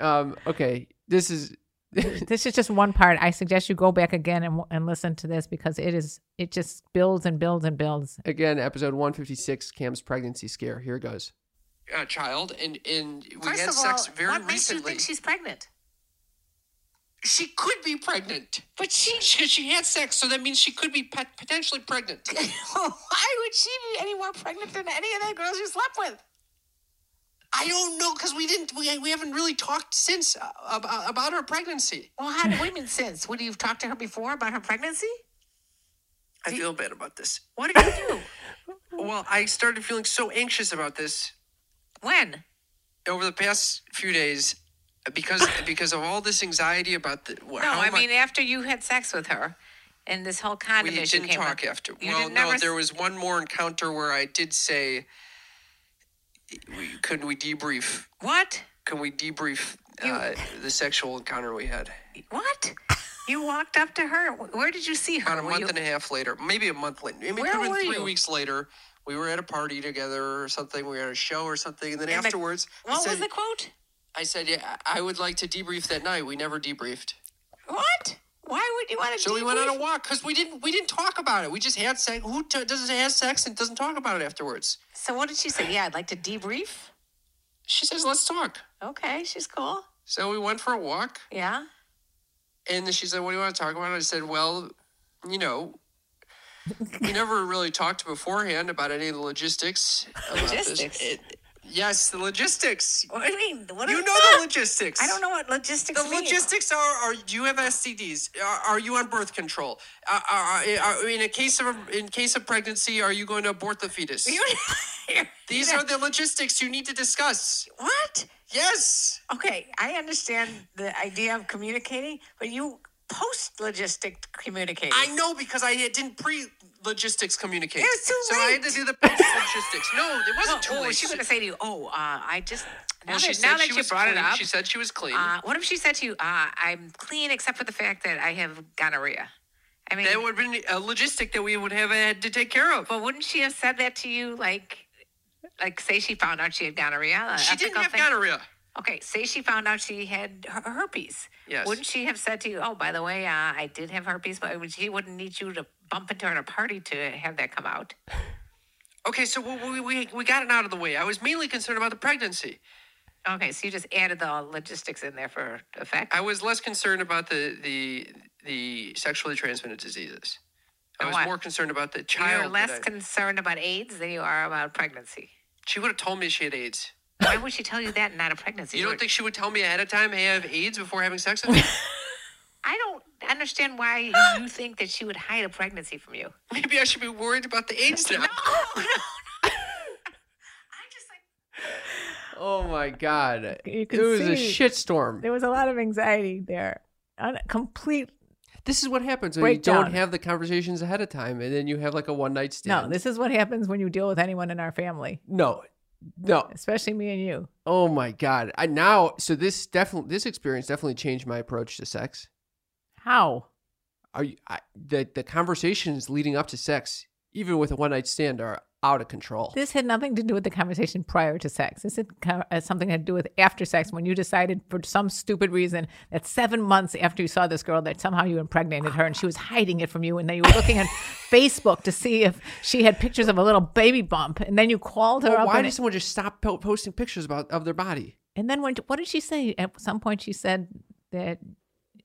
B: Um. Okay. This is
C: this is just one part i suggest you go back again and, and listen to this because it is it just builds and builds and builds
B: again episode 156 cam's pregnancy scare here goes
G: uh, child, and and we had sex very recently.
E: she's pregnant?
G: she could be pregnant, but she, she she had sex, so that means she could be pot- potentially pregnant.
E: Oh, Why would she be any more pregnant than any of the girls you slept with?
G: I don't know because we didn't we, we haven't really talked since uh, about, about her pregnancy.
E: Well, how do women since? Would you have talked to her before about her pregnancy?
G: I feel bad about this.
E: What did you do?
G: Well, I started feeling so anxious about this
E: when?
G: over the past few days because because of all this anxiety about the. No,
E: No, I mean after you had sex with her, and this whole condom
G: we
E: issue
G: didn't
E: came
G: talk
E: up.
G: after.
E: You
G: well,
E: didn't
G: no,
E: ever
G: there
E: s-
G: was one more encounter where I did say, we, "Couldn't we debrief?
E: What?
G: Can we debrief uh, the sexual encounter we had?"
E: What? You walked up to her. Wh- Where did you see her?
G: About a
E: Were
G: month
E: you-
G: and a half later, maybe a month later, maybe
E: Where
G: even
E: were
G: three
E: you?
G: weeks later, we were at a party together or something. We were at a show or something, and then
E: And the-
G: afterwards, I
E: what
G: said,
E: was the quote?
G: I said, yeah, I would like to debrief that night. We never debriefed.
E: What? Why would you want to?
G: So we went on a walk because we didn't we didn't talk about it. We just had sex. Who t- doesn't have sex and doesn't talk about it afterwards?
E: So what did she say? Yeah, I'd like to debrief.
G: She says, "Let's talk."
E: Okay, she's cool.
G: So we went for a walk,
E: Yeah.
G: and then she said, "What do you want to talk about?" And I said, "Well, you know." we never really talked beforehand about any of the logistics. about this.
E: Logistics?
G: It- yes, the logistics.
E: What do you mean? What
G: You
E: is-
G: know the logistics.
E: I don't know what logistics.
G: The
E: mean.
G: logistics are: Are do you have STDs? Are, are you on birth control? Uh, Are, are, are, in a case of in case of pregnancy, are you going to abort the fetus? These are the logistics you need to discuss.
E: What?
G: Yes.
E: Okay, I understand the idea of communicating, but you post logistic communicating.
G: I know because I didn't pre logistics communicate.
E: It was too
G: so I had to
E: late.
G: do the post logistics. No, it
E: Oh,
G: wasn't too
E: oh,
G: late.
E: was she going to say to you, "Oh, uh, I just now
G: Well, she
E: that,
G: said
E: now that
G: she
E: you
G: was
E: brought it
G: clean.
E: up,
G: She said she was clean.
E: uh, what if she said to you, uh, "I'm clean except for the fact that I have gonorrhea"? I mean,
G: that would have been a logistic that we would have had to take care of.
E: but wouldn't she have said that to you, like, like say she found out she had gonorrhea? Uh, a
G: She didn't
E: ethical
G: have
E: thing?
G: gonorrhea.
E: Okay, say she found out she had her- herpes.
G: Yes.
E: Wouldn't she have said to you, "Oh, by the way, uh, I did have herpes," but would- she wouldn't need you to bump into her at a party to have that come out.
G: Okay, so we, we- we, we got it out of the way. I was mainly concerned about the pregnancy.
E: Okay, so you just added the logistics in there for effect.
G: I was less concerned about the the the sexually transmitted diseases. I
E: And
G: was
E: what?
G: more concerned about the child.
E: You're less
G: that I-
E: concerned about AIDS than you are about pregnancy.
G: she would have told me she had AIDS.
E: Why would she tell you that and not a pregnancy?
G: You don't
E: Or-
G: think she would tell me ahead of time, hey, I have AIDS before having sex with you?
E: I don't understand why you think that she would hide a pregnancy from you.
G: Maybe I should be worried about the AIDS now.
E: Oh no! no. I'm just like
B: Oh my god.
C: You
B: It
C: can
B: was a
C: see-
B: shitstorm.
C: There was a lot of anxiety there. Un- complete.
B: This is what happens when you don't
C: Breakdown.
B: have the conversations ahead of time and then you have like a one night stand.
C: No, this is what happens when you deal with anyone in our family,
B: No. No.
C: especially me and you.
B: Oh my god. I now so this definitely this experience definitely changed my approach to sex.
C: How?
B: Are you I, the the conversations leading up to sex, even with a one night stand, are out of control.
C: This had nothing to do with the conversation prior to sex. This had co- uh, something had to do with after sex when you decided, for some stupid reason, that seven months after you saw this girl, that somehow you impregnated her and she was hiding it from you, and then you were looking at Facebook to see if she had pictures of a little baby bump, and then you called her
B: Well,
C: up.
B: why
C: and,
B: did someone just stop po- posting pictures about of their body?
C: and then when, what did she say? At some point, she said that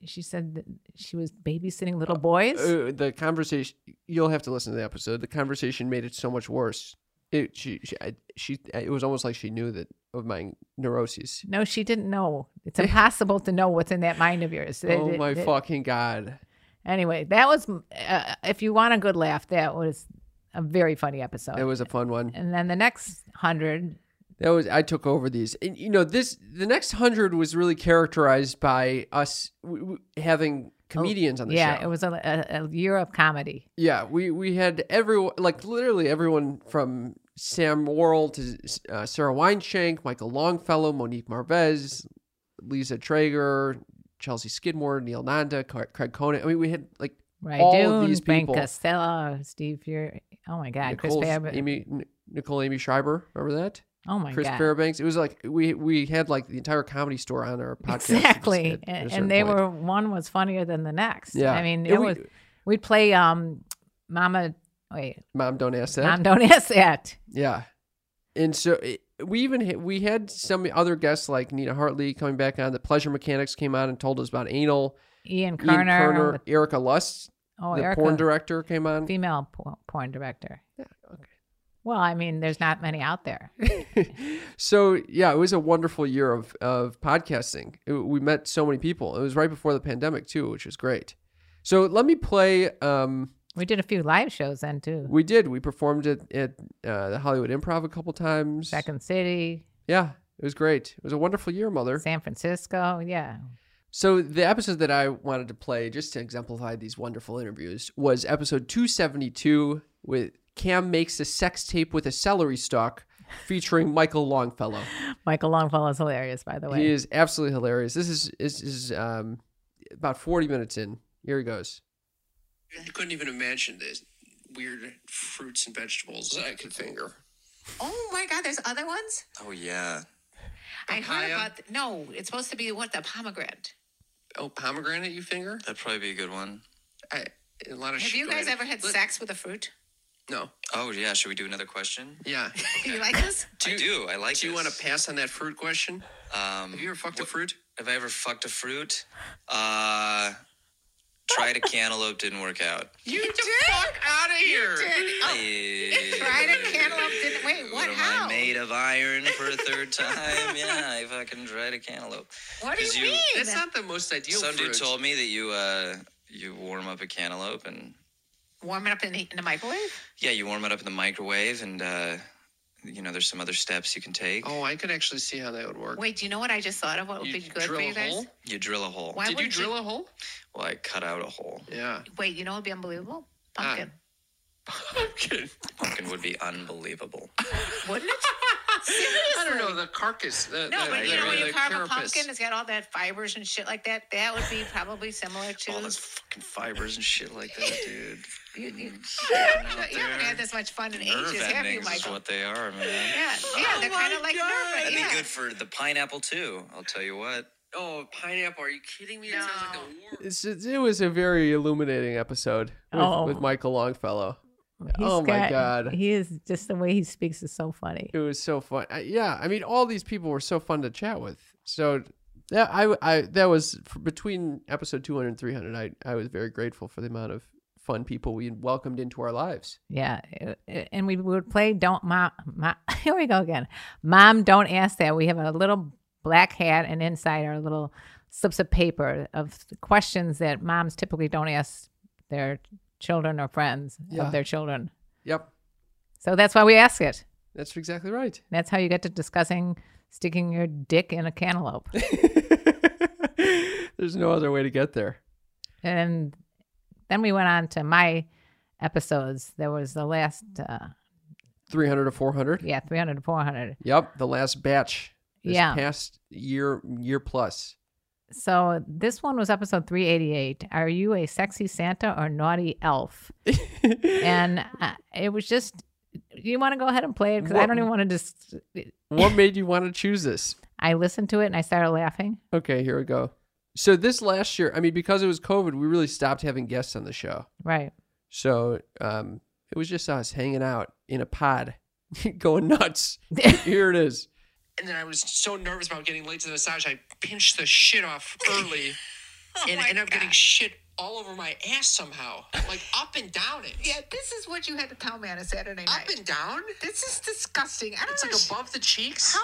C: she said that she was babysitting little boys.
B: Uh, the conversation you'll have to listen to the episode. The conversation made it so much worse. It she she, I, she it was almost like she knew that of my neuroses.
C: no, she didn't know. It's impossible to know what's in that mind of yours.
B: Oh
C: It-
B: my
C: it-
B: fucking god.
C: Anyway, that was uh, if you want a good laugh, that was a very funny episode.
B: That was a fun one.
C: and then the next hundred,
B: That was I took over these, and you know this. The next hundred was really characterized by us w- w- having comedians on the
C: Oh, yeah,
B: show.
C: it was a, a, a year of comedy.
B: yeah, we we had everyone, like literally everyone from Sam Worrell to uh, Sarah Wineshank, Michael Longfellow, Monique Marvez, Lisa Traeger, Chelsea Skidmore, Neil Nanda, Car- Craig Conan. I mean, we had like
C: Right,
B: all
C: Dune,
B: of these
C: Ben
B: people.
C: Costello, Steve Fury. Oh my God,
B: Nicole,
C: Chris Fab.
B: Amy, N- Nicole Amy Schreiber, remember that?
C: oh my
B: Chris
C: God,
B: Fairbanks. It was like we we had like the entire comedy store on our podcast.
C: exactly.
B: at- at a
C: And,
B: certain
C: and they
B: point.
C: were one was funnier than the next.
B: Yeah.
C: I mean,
B: And
C: it
B: we-
C: was. We'd play um, Mama. Wait,
B: Mom, don't ask that.
C: Mom, don't ask that.
B: Yeah, and so it, we even ha- we had some other guests like Nina Hartley coming back on. The Pleasure Mechanics came on and told us about anal.
C: Ian
B: Ian
C: Kerner,
B: Kerner,
C: with-
B: Erica Lust,
C: oh,
B: the
C: Erica,
B: porn director, came on.
C: female po- porn director.
B: Yeah, okay.
C: Well, I mean, there's not many out there.
B: so yeah, it was a wonderful year of of podcasting. It- we met so many people. It was right before the pandemic too, which was great. So let me play. Um,
C: We did a few live shows then too.
B: We did. We performed at, at uh, the Hollywood Improv a couple times.
C: Second City,
B: Yeah, it was great. It was a wonderful year, Mother.
C: San Francisco, yeah.
B: So the episode that I wanted to play, just to exemplify these wonderful interviews, was episode 272 with Cam makes a sex tape with a celery stalk, featuring Michael Longfellow.
C: Michael Longfellow is hilarious, by the way.
B: He is absolutely hilarious. This is this is um, about 40 minutes in. Here he goes.
G: You couldn't even imagine the weird fruits and vegetables that I could finger.
E: Oh my God, there's other ones?
F: Oh yeah.
E: I heard
G: Papaya?
E: about, th- no, it's supposed to be what, the pomegranate.
G: Oh, pomegranate you finger?
F: That'd probably be a good one.
G: I, a lot of
E: Have
G: shit
E: you
G: going
E: guys
G: in.
E: ever had
G: Let-
E: sex with a fruit?
G: No.
F: Oh yeah. Should we do another question?
G: Yeah.
E: You like this?
F: I do. I like.
G: Do you
F: this.
G: want to pass on that fruit question?
F: Um,
G: Have you ever fucked a fruit?
F: Have I ever fucked a fruit? Uh, tried a cantaloupe, didn't work out.
G: You did? fuck out of here.
E: Fried
F: Tried
E: Oh, a cantaloupe didn't. Wait, what?
F: What am
E: how?
F: I made of iron for a third time? yeah, I fucking tried a cantaloupe.
E: what do
F: 'Cause
E: you,
F: you-
E: mean?
G: That's not the most ideal
F: Some
G: fruit.
F: dude told me that you uh, you warm up a cantaloupe and
E: Warm it up in the, in the microwave?
F: yeah, you warm it up in the microwave and uh, you know there's some other steps you can take.
G: Oh, I could actually see how that would work.
E: Wait, do you know what I just thought of? What would
G: You
E: be good
G: drill
E: for
G: a
E: you guys?
G: hole?
F: You drill a hole.
E: Why
G: Did you
E: wouldn't
G: drill a hole?
F: Well, I cut out a hole.
G: Yeah.
E: Wait, you know what would be unbelievable? Pumpkin.
B: Ah.
G: Pumpkin.
F: Pumpkin would be unbelievable.
E: Wouldn't it?
G: I don't know the carcass. The,
E: No,
G: the,
E: but you know when
G: the
E: you carve
G: carapace.
E: a pumpkin, it's got all that fibers and shit like that. That would be probably similar to.
F: All those fucking fibers and shit like that, dude.
E: you, you, you
G: Mm.
F: out
E: haven't
F: there.
E: had this much fun in
F: Nerve
E: ages, have you,
F: endings is
E: Michael?
F: what they are, man.
E: Yeah, yeah, they're kind of like nerve.
F: That'd
E: Yeah.
F: be good for the pineapple too. I'll tell you what.
G: Oh, pineapple! Are you kidding me? That sounds like a war.
B: It's just- it was a very illuminating episode with,
C: Oh.
B: with Michael Longfellow.
C: He's
B: Oh my God.
C: He is just the way he speaks is so funny.
B: It was so fun. I, yeah, I mean, all these people were so fun to chat with. So yeah, I, I that was f- between episode 200 and 300. I, I was very grateful for the amount of fun people we welcomed into our lives.
C: Yeah, it- it- and we would play "Don't Mom." Mom here we go again. Mom, don't ask that. We have a little black hat, and inside are little slips of paper of questions that moms typically don't ask their children or friends
B: Yeah.
C: of their children.
B: Yep,
C: So that's why we ask it.
B: that's exactly right.
C: That's how you get to discussing sticking your dick in a cantaloupe.
B: There's no other way to get there.
C: and then we went on to my episodes. There was the last, uh,
B: 300 or 400.
C: yeah, 300 to 400.
B: Yep, the last batch. This
C: Yeah.
B: past year, year plus.
C: So this one was episode 388. Are you a sexy Santa or naughty elf? and uh, it was just, you want to go ahead and play it because I
B: What-
C: don't even want to just.
B: What made you want to choose this?
C: I listened to it and I started laughing.
B: Okay, here we go. So this last year, I mean, because it was COVID, we really stopped having guests on the show.
C: Right.
B: So um, it was just us hanging out in a pod, going nuts. here it is.
G: And then I was so nervous about getting late to the massage, I pinched the shit off
E: Oh
G: early, and ended up getting shit all over my ass somehow, like up and down it.
E: Yeah, this is what you had to tell me on a Saturday
G: Up
E: night.
G: and down.
E: this is disgusting. I don't
G: It's
E: know.
G: like above the cheeks.
E: how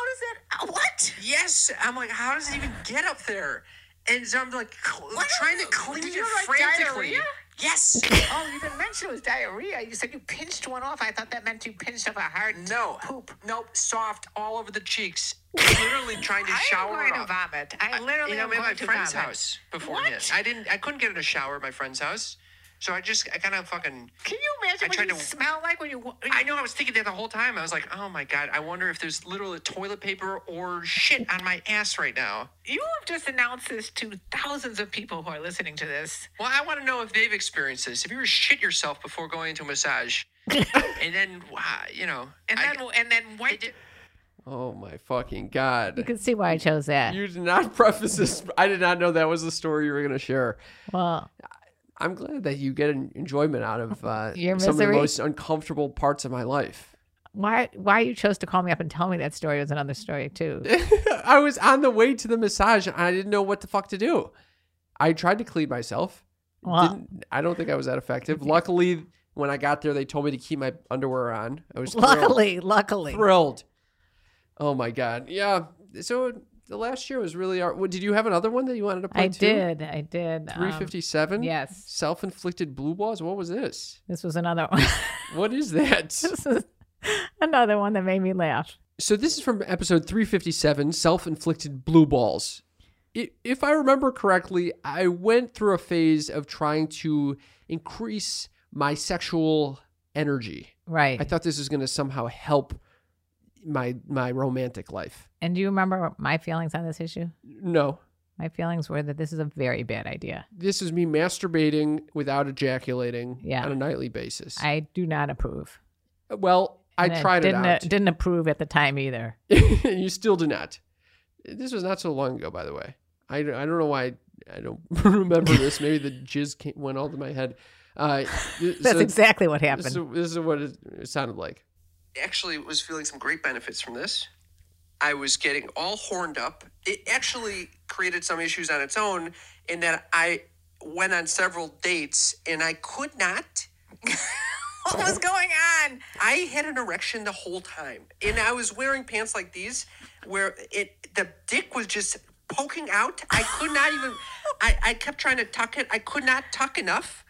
E: does that? What?
G: Yes, I'm like, how does it even get up there? And so I'm like cl- trying to clean
E: Did
G: it
E: you have, like,
G: frantically.
E: diarrhea?
G: Yes.
E: Oh, you didn't mention it was diarrhea. You said you pinched one off. I thought that meant you pinched off a hard
G: No.
E: poop.
G: Nope. Soft all over the cheeks. Literally trying to shower
E: I'm
G: it
E: going
G: off.
E: to vomit. I literally
G: you know,
E: am
G: I'm at
E: going
G: my
E: to
G: friend's
E: vomit.
G: house beforehand.
E: What?
G: I didn't. I couldn't get in a shower at my friend's house, so I just I kind of fucking.
E: Can you imagine
G: I
E: what
G: tried
E: you
G: to-
E: smell like when you? wa-
G: I know. I was thinking that the whole time. I was like, oh my god. I wonder if there's literally toilet paper or shit on my ass right now.
E: You have just announced this to thousands of people who are listening to this.
G: Well, I want to know if they've experienced this. If you were shit yourself before going into a massage, and then wow, you know,
E: And
G: I-
E: then, and then wiped it.
B: Oh my fucking
C: You
B: god!
C: can see why I chose that.
B: You did not preface this. I did not know that was the story you were going to share.
C: well,
B: I'm glad that you get an enjoyment out of uh,
C: Your
B: some of the
C: misery?
B: most uncomfortable parts of my life.
C: why why you chose to call me up and tell me that story was another story too.
B: I was on the way to the massage and I didn't know what the fuck to do. I tried to clean myself.
C: Well-
B: Didn't, I don't think I was that effective. Luckily, when I got there, they told me to keep my underwear on. I was thrilled.
C: luckily, luckily.
B: thrilled. Oh my god, yeah. So the last year was really. Our, what- did you have another one that you wanted to play?
C: I did. I did.
B: Three
C: um,
B: fifty seven.
C: yes.
B: Self inflicted blue balls. What was this?
C: This was another one.
B: What is that?
C: this is another one that made me laugh.
B: So this is from episode 357, self-inflicted blue balls. I- If I remember correctly, I went through a phase of trying to increase my sexual energy.
C: Right.
B: I thought this was going to somehow help my my romantic life.
C: and do you remember my feelings on this issue?
B: No.
C: My feelings were that this is a very bad idea.
B: This is me masturbating without ejaculating
C: Yeah.
B: on a nightly basis.
C: I do not approve.
B: well, I
C: And
B: tried it
C: didn't, uh,
B: out.
C: Didn't approve at the time either.
B: you still do not. This was not so long ago, by the way. I, don't- I don't know why I don't remember this. Maybe the jizz came, went all to my head. Uh, th-
C: That's
B: so-
C: exactly what happened.
B: so this is what it, it sounded like.
G: actually was feeling some great benefits from this. I was getting all horned up. It actually created some issues on its own in that I went on several dates and I could not.
H: What was going on?
G: I had an erection the whole time. And I was wearing pants like these where it the dick was just poking out. I could not even I, I kept trying to tuck it. I could not tuck enough.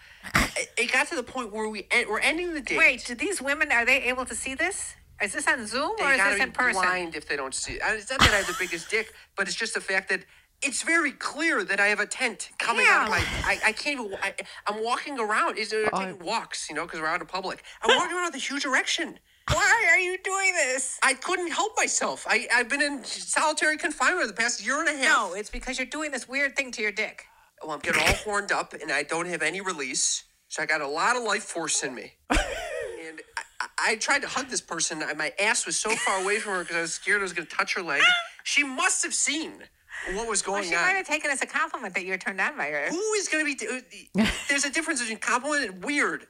G: It- It got to the point where we en- we're ending the date.
H: Wait, do these women are they able to see this? Is this on Zoom
G: they
H: or is
G: gotta
H: this
G: be
H: in person?
G: blind if they don't see it. And It's not that I have the biggest dick, but it's just the fact that it's very clear that I have a tent coming out of my. I, I can't even. I, I'm walking around. Is there
H: Oh.
G: taking walks? You know, because we're out in public. I'm walking around with a huge erection.
H: Why are you doing this?
G: I couldn't help myself. I, I've been in solitary confinement the past year and a half.
H: No, Oh, it's because you're doing this weird thing to your dick.
G: Well, Oh, I'm getting all horned up, and I don't have any release. So I got a lot of life force in me. and I, I- I tried to hug this person. I, my ass was so far away from her because I was scared I was going to touch her leg. She must have seen what was
H: Well,
G: going
H: she might
G: on.
H: have taken it as a compliment that you were turned on by her.
G: Who is going to be? do- There's a difference between compliment and weird.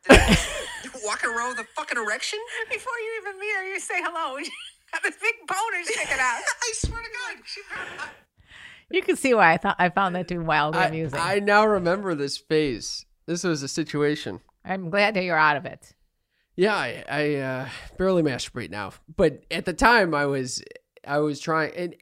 G: Walking around with a fucking erection.
H: Before you even meet her, you say hello. Got this big boner sticking out.
G: I swear to God, she.
C: You can see why I thought I found that to be wildly
B: I,
C: amusing.
B: I now remember this phase. This was a situation.
C: I'm glad that you're out of it.
B: Yeah, I, I uh, barely masturbate now, but at the time I was, I was trying, and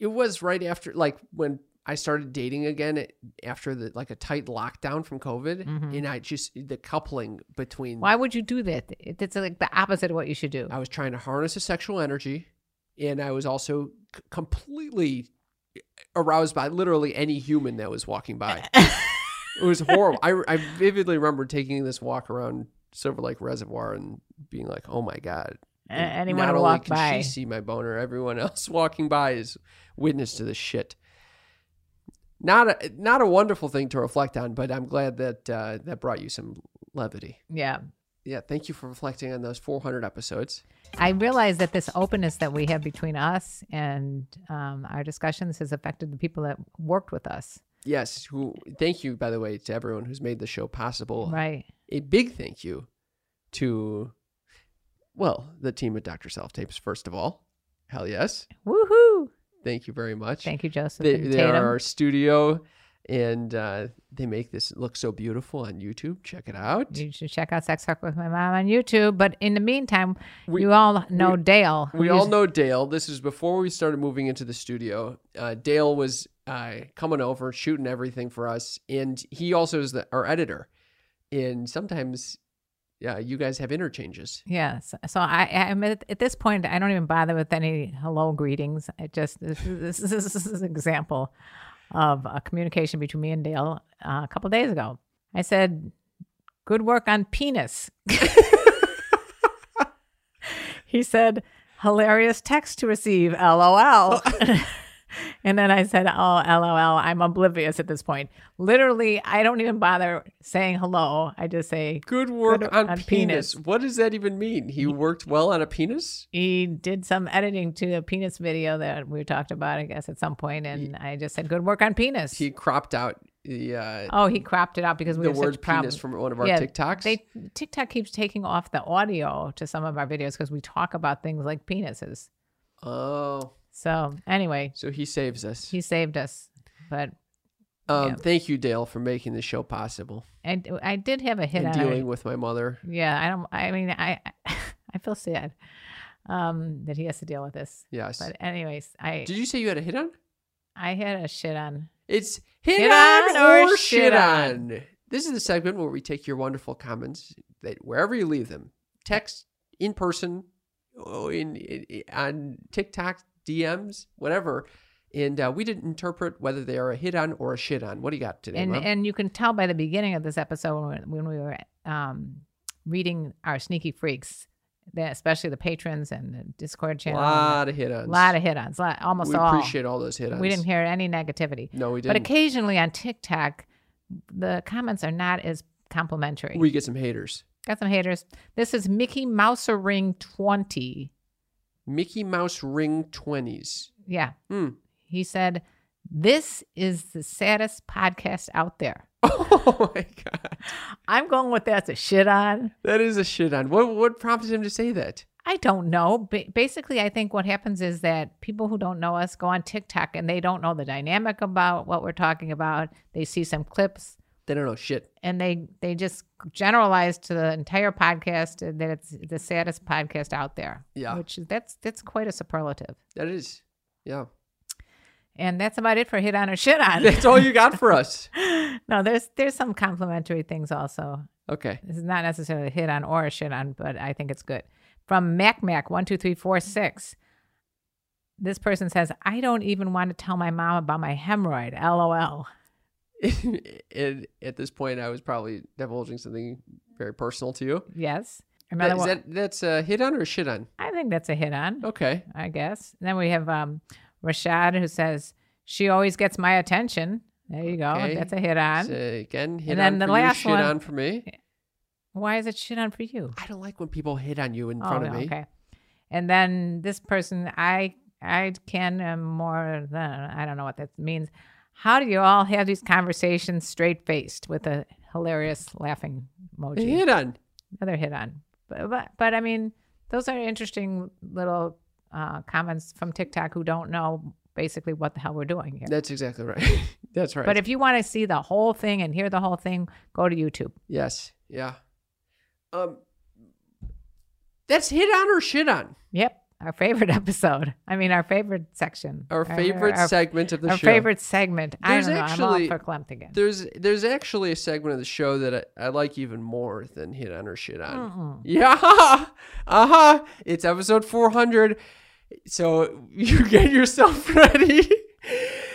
B: it was right after, like when I started dating again it, after the like a tight lockdown from COVID, and I just the coupling between
C: Why would you do that? It- It's like the opposite of what you should do.
B: I was trying to harness a sexual energy, and I was also c- completely aroused by literally any human that was walking by. it was horrible. I, I vividly remember taking this walk around Silver Lake Reservoir and being like, "Oh my god!"
C: A- Anyone
B: Not
C: who
B: only
C: walked
B: can
C: by.
B: she see my boner. Everyone else walking by is witness to this shit. Not a not a wonderful thing to reflect on, but I'm glad that uh, that brought you some levity.
C: Yeah.
B: Yeah, thank you for reflecting on those 400 episodes.
C: I realize that this openness that we have between us and um, our discussions has affected the people that worked with us.
B: Yes, who thank you by the way to everyone who's made the show possible.
C: Right.
B: A big thank you to well, the team at Dr. Self Tapes first of all. Hell yes.
C: Woohoo.
B: Thank you very much.
C: Thank you, Joseph.
B: They,
C: and
B: they
C: Tatum.
B: are our studio and uh, they make this look so beautiful on YouTube. Check it out.
C: You should check out Sex Talk with My Mom on YouTube. But in the meantime,
B: We-
C: you all know Dale.
B: We
C: who
B: all
C: used-
B: know Dale. This is before we started moving into the studio. Uh, Dale was uh, coming over, shooting everything for us, and he also is the, our editor. And sometimes, yeah, you guys have interchanges.
C: Yes. So I, I- I'm at, at this point, I don't even bother with any hello greetings. I just, this, is- this, is- this is an example of a communication between me and Dale uh, a couple days ago. I said, good work on penis. he said, hilarious text to receive, LOL. and then I said, oh, LOL, I'm oblivious at this point. Literally, I don't even bother saying hello. I just say,
B: Good work
C: Good
B: on,
C: on
B: penis.
C: penis.
B: What does that even mean? He worked well on a penis.
C: he did some editing to a penis video that we talked about, I guess, at some point, and I just said, "Good work on penis."
B: He cropped out the uh,
C: oh, he cropped it out because we
B: the
C: were such
B: word
C: problems.
B: penis from one of our
C: Yeah,
B: TikToks.
C: They TikTok keeps taking off the audio to some of our videos because we talk about things like penises.
B: oh,
C: So anyway,
B: so he saves us.
C: he saved us, but
B: Um,
C: yeah.
B: Thank you, Dale, for making the show possible
C: I, I did have a hit
B: and
C: on our-
B: dealing with my mother.
C: Yeah, I don't. I mean, I I feel sad um, that he has to deal with this.
B: Yes.
C: But anyways, I
B: Did you say you had a hit on?
C: I had a shit on.
B: It's hit,
C: Hit
B: on,
C: on
B: or,
C: or
B: shit
C: shit
B: on. This is the segment where we take your wonderful comments that wherever you leave them, text in person, oh, in, in, in- on TikTok DMs, whatever, and uh, we didn't interpret whether they are a hit on or a shit on. What do you got today,
C: and
B: Mom?
C: and you can tell by the beginning of this episode when we, when we were um, reading our sneaky freaks the, especially the patrons and the Discord
B: A
C: channel. and
B: lot of hit
C: the-
B: ons.
C: lot of hit ons, lot, almost
B: We
C: all.
B: appreciate all those hit ons.
C: we didn't hear any negativity.
B: No, we
C: But
B: didn't.
C: occasionally on TikTok, the comments are not as complimentary.
B: we get some haters.
C: Got some haters. This is Mickey Mouse Ring 20.
B: Mickey Mouse Ring 20s.
C: Yeah.
B: Hmm.
C: He said, This is the saddest podcast out there.
B: Oh my God.
C: I'm going with that's a shit on.
B: That is a shit on. What, what prompted him to say that?
C: I don't know. Ba- basically, I think what happens is that people who don't know us go on TikTok and they don't know the dynamic about what we're talking about. They see some clips
B: They don't know shit.
C: and they they just generalize to the entire podcast that it's the saddest podcast out there.
B: Yeah.
C: which is that's that's quite a superlative.
B: That is. Yeah.
C: And that's about it for hit on or shit on.
B: That's all you got for us.
C: no, there's there's some complimentary things also.
B: Okay.
C: This is not necessarily a hit on or a shit on, but I think it's good. From Mac Mac one two three four six. This person says, "I don't even want to tell my mom about my hemorrhoid." LOL.
B: and at this point, I was probably divulging something very personal to you.
C: Yes.
B: That,
C: Another
B: is
C: one.
B: that, that's a hit on or a shit on?
C: I think that's a hit on.
B: Okay.
C: I guess. And then we have um, Rashad who says she always gets my attention. There you go.
B: Okay.
C: That's a hit on.
B: So again, hit
C: And
B: on
C: then the
B: for
C: last
B: you, shit
C: one-
B: on for me.
C: Why is it shit on for you?
B: I don't like when people hit on you in front
C: Oh,
B: of
C: no,
B: me.
C: Okay. And then this person, I I can uh, more than I don't know what that means. How do you all have these conversations straight faced with a hilarious laughing
B: A
C: emoji?
B: Hit on.
C: Another hit on. But, but but I mean, those are interesting little uh, comments from TikTok who don't know basically what the hell we're doing here.
B: That's exactly right. That's right.
C: But if you want to see the whole thing and hear the whole thing, go to YouTube.
B: yes, yeah. Um, that's hit on or shit on.
C: Yep, our favorite episode. I mean, our favorite section.
B: Our favorite
C: our-
B: segment of the
C: our
B: show.
C: favorite segment. I
B: There's
C: don't know.
B: actually-
C: I'm all for clumped again.
B: There's there's actually a segment of the show that uh, I, I like even more than hit on or shit on.
C: Mm-mm.
B: Yeah, uh-huh. It's episode 400. So you get yourself ready.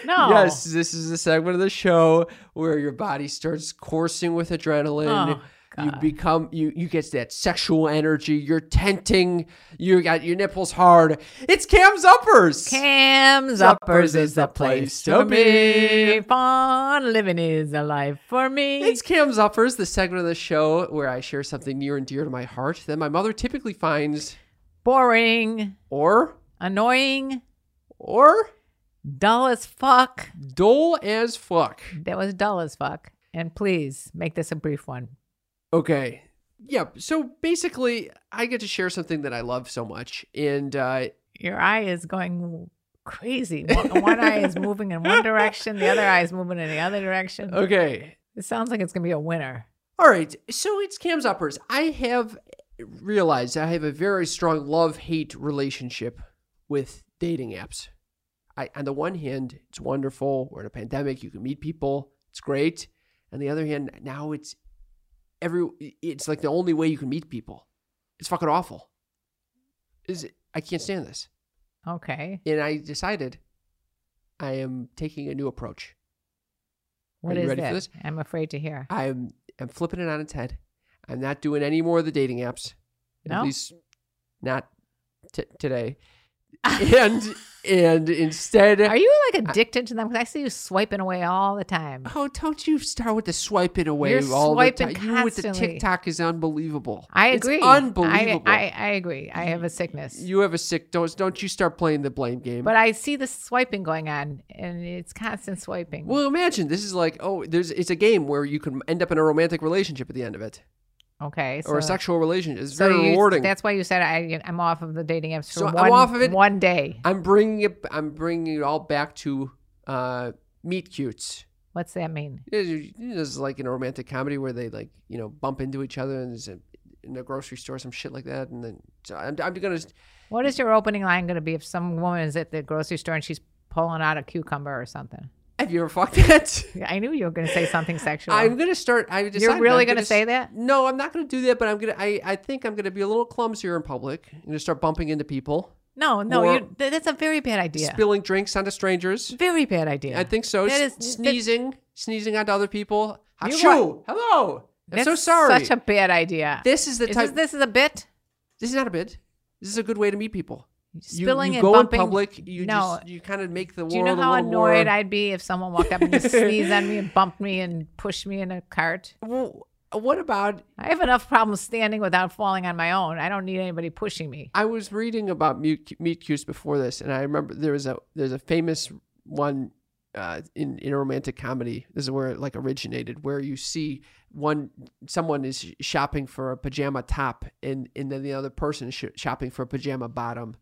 C: No.
B: Yes, this is the segment of the show where your body starts coursing with adrenaline.
C: Oh,
B: you become you you get that sexual energy. You're tenting. You got your nipples hard. It's Cam's uppers.
C: Cam's Uppers is the place to be. Fun living is a life for me.
B: It's Cam's uppers, the segment of the show where I share something near and dear to my heart that my mother typically finds
C: boring,
B: or
C: annoying,
B: or
C: dull as fuck.
B: dull as fuck.
C: That was dull as fuck. And please make this a brief one.
B: Okay. Yeah. So basically, I get to share something that I love so much, and uh,
C: Your eye is going crazy. One, one eye is moving in one direction, the other eye is moving in the other direction.
B: okay,
C: It sounds like it's going to be a winner.
B: all right. So it's Cam's uppers. I have realized I have a very strong love-hate relationship with dating apps. I, on the one hand, it's wonderful. We're in a pandemic; you can meet people. It's great. On the other hand, now it's every. It's like the only way you can meet people. It's fucking awful. Is it, I can't stand this.
C: Okay.
B: and I decided I am taking a new approach.
C: What
B: Are you
C: is
B: ready for
C: that?
B: this?
C: I'm afraid to hear.
B: I'm I'm flipping it on its head. I'm not doing any more of the dating apps,
C: No?
B: at least not t- today. and and instead,
C: Are you like addicted to them? Because I see you swiping away all the time.
B: oh, don't you start with the swiping away
C: You're
B: all the
C: swiping
B: time. You with the
C: constantly.
B: TikTok is unbelievable.
C: I
B: It's
C: agree.
B: unbelievable.
C: I, I, I agree. I have a sickness.
B: you have a sick. Don't don't you start playing the blame game.
C: but I see the swiping going on, and it's constant swiping.
B: well, imagine this is like oh, there's it's a game where you can end up in a romantic relationship at the end of it.
C: okay.
B: or a
C: so-
B: sexual relationship. It's
C: so
B: very
C: you-
B: rewarding.
C: That's why you said I, I'm off of the dating apps for
B: So I'm
C: one,
B: off of it.
C: one day.
B: I'm bringing it. I'm bringing it all back to uh, meet cutes.
C: What's that mean?
B: This is like in a romantic comedy where they like you know bump into each other and there's a, in a grocery store some shit like that. And then so I'm, I'm gonna
C: What is your opening line going to be if some woman is at the grocery store and she's pulling out a cucumber or something?
B: have you ever fucked that?
C: I knew you were going to say something sexual.
B: I'm gonna start. I decided I'm
C: really
B: gonna
C: gonna say
B: s-
C: that?
B: No, I'm not gonna do that. But I'm gonna. I, I think I'm gonna be a little clumsier in public. I'm gonna start bumping into people,
C: no, no,
B: Or-
C: you, th- that's a very bad idea.
B: spilling drinks onto strangers.
C: very bad idea.
B: I think so.
C: That
B: S-
C: is-
B: sneezing, sneezing onto other people.
C: You
B: Achoo! Hello. I'm
C: That's
B: so sorry.
C: Such a bad idea.
B: this is the
C: is
B: type.
C: this, this is a bit.
B: This is not a bid. This is a good way to meet people. You-
C: Spilling
B: you,
C: and
B: go
C: bumping.
B: in public. You
C: no.
B: just you kind of make the world.
C: Do you know how
B: a
C: annoyed
B: little more-
C: I'd be if someone walked up and just sneezed on me and bumped me and pushed me in a cart?
B: Well, what about
C: I have enough problems standing without falling on my own. I don't need anybody pushing me.
B: I was reading about meet, meet cutes before this, and I remember there was a there's a famous one uh, in in a romantic comedy. This is where it like originated, where you see one someone is shopping for a pajama top, and and then the other person is sh- shopping for a pajama bottom,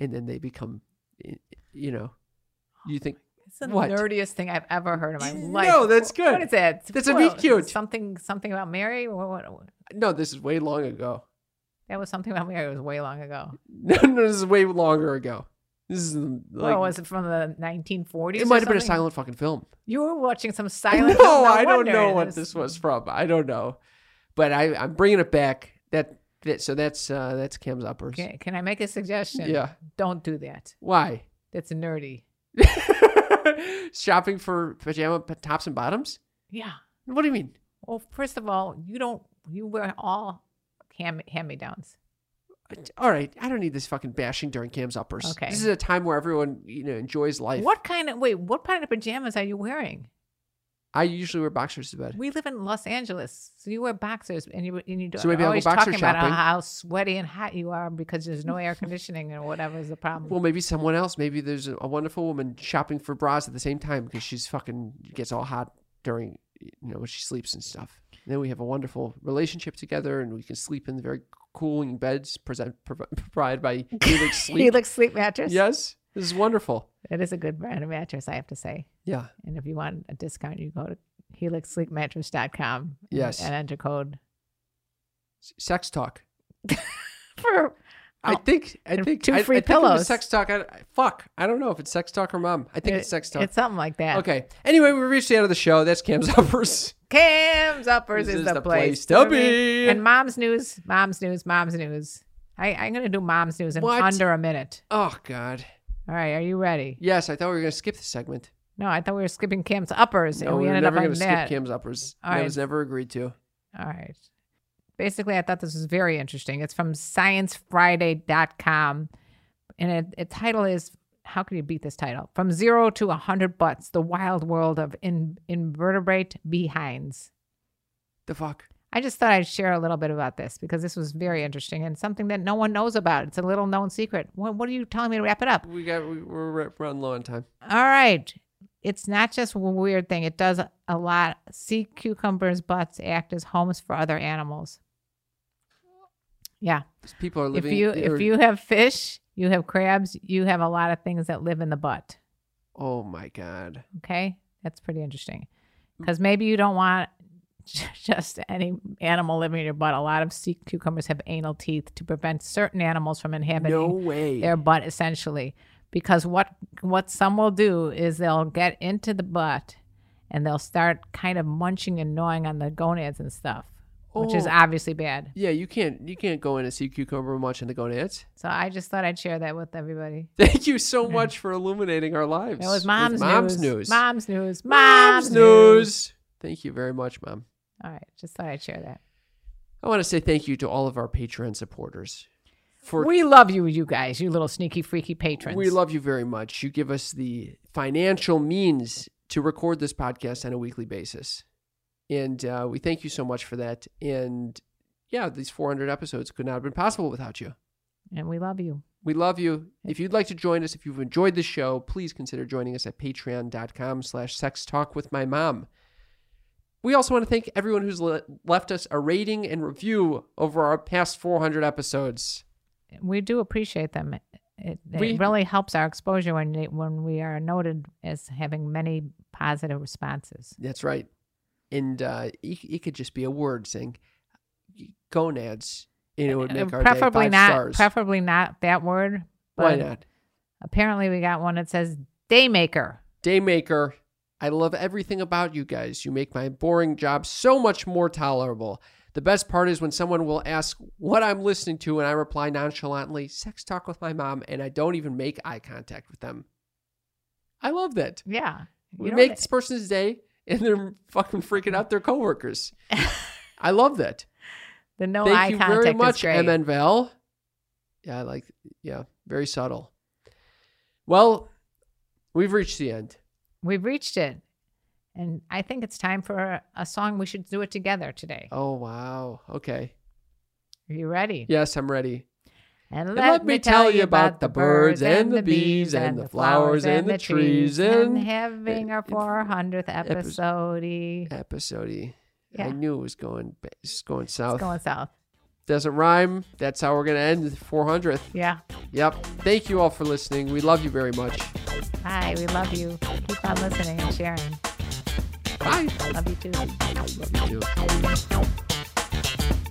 B: and then they become, y- you know,
C: Oh
B: you think
C: It's the
B: what?
C: nerdiest thing I've ever heard in my
B: No,
C: life.
B: that's
C: Wh-
B: good.
C: What is that?
B: That's a
C: Well,
B: meet cute.
C: Something something about Mary? What, what, what-
B: no, this is way long ago.
C: That was something about Mary. It was way long ago.
B: No, no, this is way longer ago. This is like
C: Well, was it from the 1940s?
B: it
C: or
B: might have been a
C: something?
B: silent fucking film.
C: You were watching some silent. film,
B: no, I don't
C: wonder
B: know what
C: this-
B: this was from. I don't know, but I I'm bringing it back. That, that so that's uh that's Cam's uppers.
C: Can, can I make a suggestion?
B: Yeah.
C: Don't do that.
B: Why?
C: That's nerdy.
B: Shopping for pajama p- tops and bottoms?
C: Yeah.
B: What do you mean?
C: Well, first of all, you don't. You wear all hand hand me downs.
B: All right, I don't need this fucking bashing during Cam's uppers.
C: Okay.
B: This is a time where everyone you know enjoys life.
C: What kind of wait? What kind of pajamas are you wearing?
B: I usually wear boxers to bed.
C: We live in Los Angeles, so you wear boxers, and you and you do.
B: So maybe I'll go
C: always
B: boxer
C: talking about
B: shopping.
C: how sweaty and hot you are because there's no air conditioning or whatever is the problem.
B: Well, maybe someone else. Maybe there's a wonderful woman shopping for bras at the same time because she's fucking gets all hot during you know when she sleeps and stuff. And then we have a wonderful relationship together, and we can sleep in very cooling beds present, prov- provided by Helix Sleep.
C: Helix sleep mattress.
B: Yes, this is wonderful.
C: it is a good brand of mattress, I have to say.
B: Yeah,
C: And if you want a discount, you go to helixsleepmattress.com. and-
B: Yes.
C: and enter code
B: S- sex talk.
C: for
B: I
C: Oh.
B: think I
C: And
B: think
C: two
B: I,
C: free
B: I think it was
C: pillows.
B: sex talk. I, I- fuck, I don't know if it's sex talk or mom. I think
C: It-
B: it's sex talk.
C: It's something like that.
B: Okay. Anyway, we reached the end of the show. That's Cam's uppers.
C: Cam's Uppers
B: This
C: is,
B: is
C: the,
B: the
C: place,
B: place to be.
C: And Mom's News, Mom's News, Mom's News. I, I'm going to do Mom's News in
B: What?
C: under a minute.
B: Oh God.
C: All right, are you ready?
B: Yes, I thought we were gonna skip the segment.
C: No, I thought we were skipping Cam's Uppers,
B: No,
C: and we,
B: we, were
C: ended
B: never
C: up
B: going
C: on
B: to skip
C: that.
B: Cam's uppers.
C: All
B: that
C: right.
B: was never agreed to.
C: All right. Basically, I thought this was very interesting. It's from sciencefriday.com. And it, it title is How Can You Beat This Title? From Zero to a 100 Butts The Wild World of in, Invertebrate Behinds.
B: The fuck?
C: I just thought I'd share a little bit about this because this was very interesting and something that no one knows about. It's a little known secret. What, what are you telling me to wrap it up?
B: We got we, we're running low on time.
C: All right. It's not just a weird thing. It does a lot. Sea cucumbers' butts act as homes for other animals. Yeah.
B: These People are
C: If
B: living.
C: you
B: or-
C: if you have fish, you have crabs, you have a lot of things that live in the butt.
B: oh my god.
C: Okay? That's pretty interesting.
B: Mm.
C: Cuz maybe you don't want just any animal living in your butt. A lot of sea cucumbers have anal teeth to prevent certain animals from inhabiting
B: No way.
C: their butt essentially because what what some will do is they'll get into the butt and they'll start kind of munching and gnawing on the gonads and stuff which is
B: Oh.
C: obviously bad
B: Yeah, you can't you can't go in and see cucumber much in the gonads.
C: so i just thought i'd share that with everybody
B: Thank you so much for illuminating our lives.
C: Mm. it was
B: with
C: mom's,
B: mom's
C: news,
B: news.
C: mom's news
B: Mom's news. Thank you very much, mom.
C: all right just thought i'd share that
B: I want to say thank you to all of our Patreon supporters. For
C: we love you you guys you little sneaky freaky patrons
B: We love you very much. You give us the financial means to record this podcast on a weekly basis. And uh, we thank you so much for that. And yeah, these 400 episodes could not have been possible without you.
C: and we love you
B: We love you. If you'd like to join us, if you've enjoyed the show, please consider joining us at patreon.com slash sex talk with my mom. We also want to thank everyone who's le- left us a rating and review over our past 400 episodes.
C: we do appreciate them. It, it
B: We-
C: really helps our exposure when they, when we are noted as having many positive responses.
B: That's right. And uh, it, it could just be a word saying gonads, and it would make our
C: Uh, preferably
B: day five
C: not, uh,
B: stars.
C: preferably not that word.
B: Why
C: but
B: not?
C: Apparently, we got one that says "daymaker."
B: Daymaker, I love everything about you guys. You make my boring job so much more tolerable. The best part is when someone will ask what I'm listening to, and I reply nonchalantly, "Sex talk with my mom," and I don't even make eye contact with them. I love that.
C: Yeah,
B: We
C: don't-
B: make this person's day, and they're fucking freaking out their coworkers. I love that.
C: the no
B: Thank
C: eye
B: you
C: contact
B: very
C: is
B: much,
C: great.
B: MN Val. Yeah, I like yeah, very subtle. Well, we've reached the end.
C: We've reached it. And I think it's time for a song. We should do it together today.
B: Oh wow. Okay.
C: Are you ready?
B: Yes, I'm ready. And let me tell you about the birds and the bees and the flowers and the trees
C: and
B: and-
C: having our
B: and-
C: 400th episode.
B: Episode. E. I
C: Yeah.
B: knew it was going it's going
C: It's
B: south.
C: going south.
B: Doesn't rhyme. That's how we're gonna end the 400th.
C: Yeah.
B: Yep. Thank you all for listening. We love you very much.
C: Hi, we love you. Keep on listening and sharing.
B: Bye.
C: Love you too.
B: Love you too.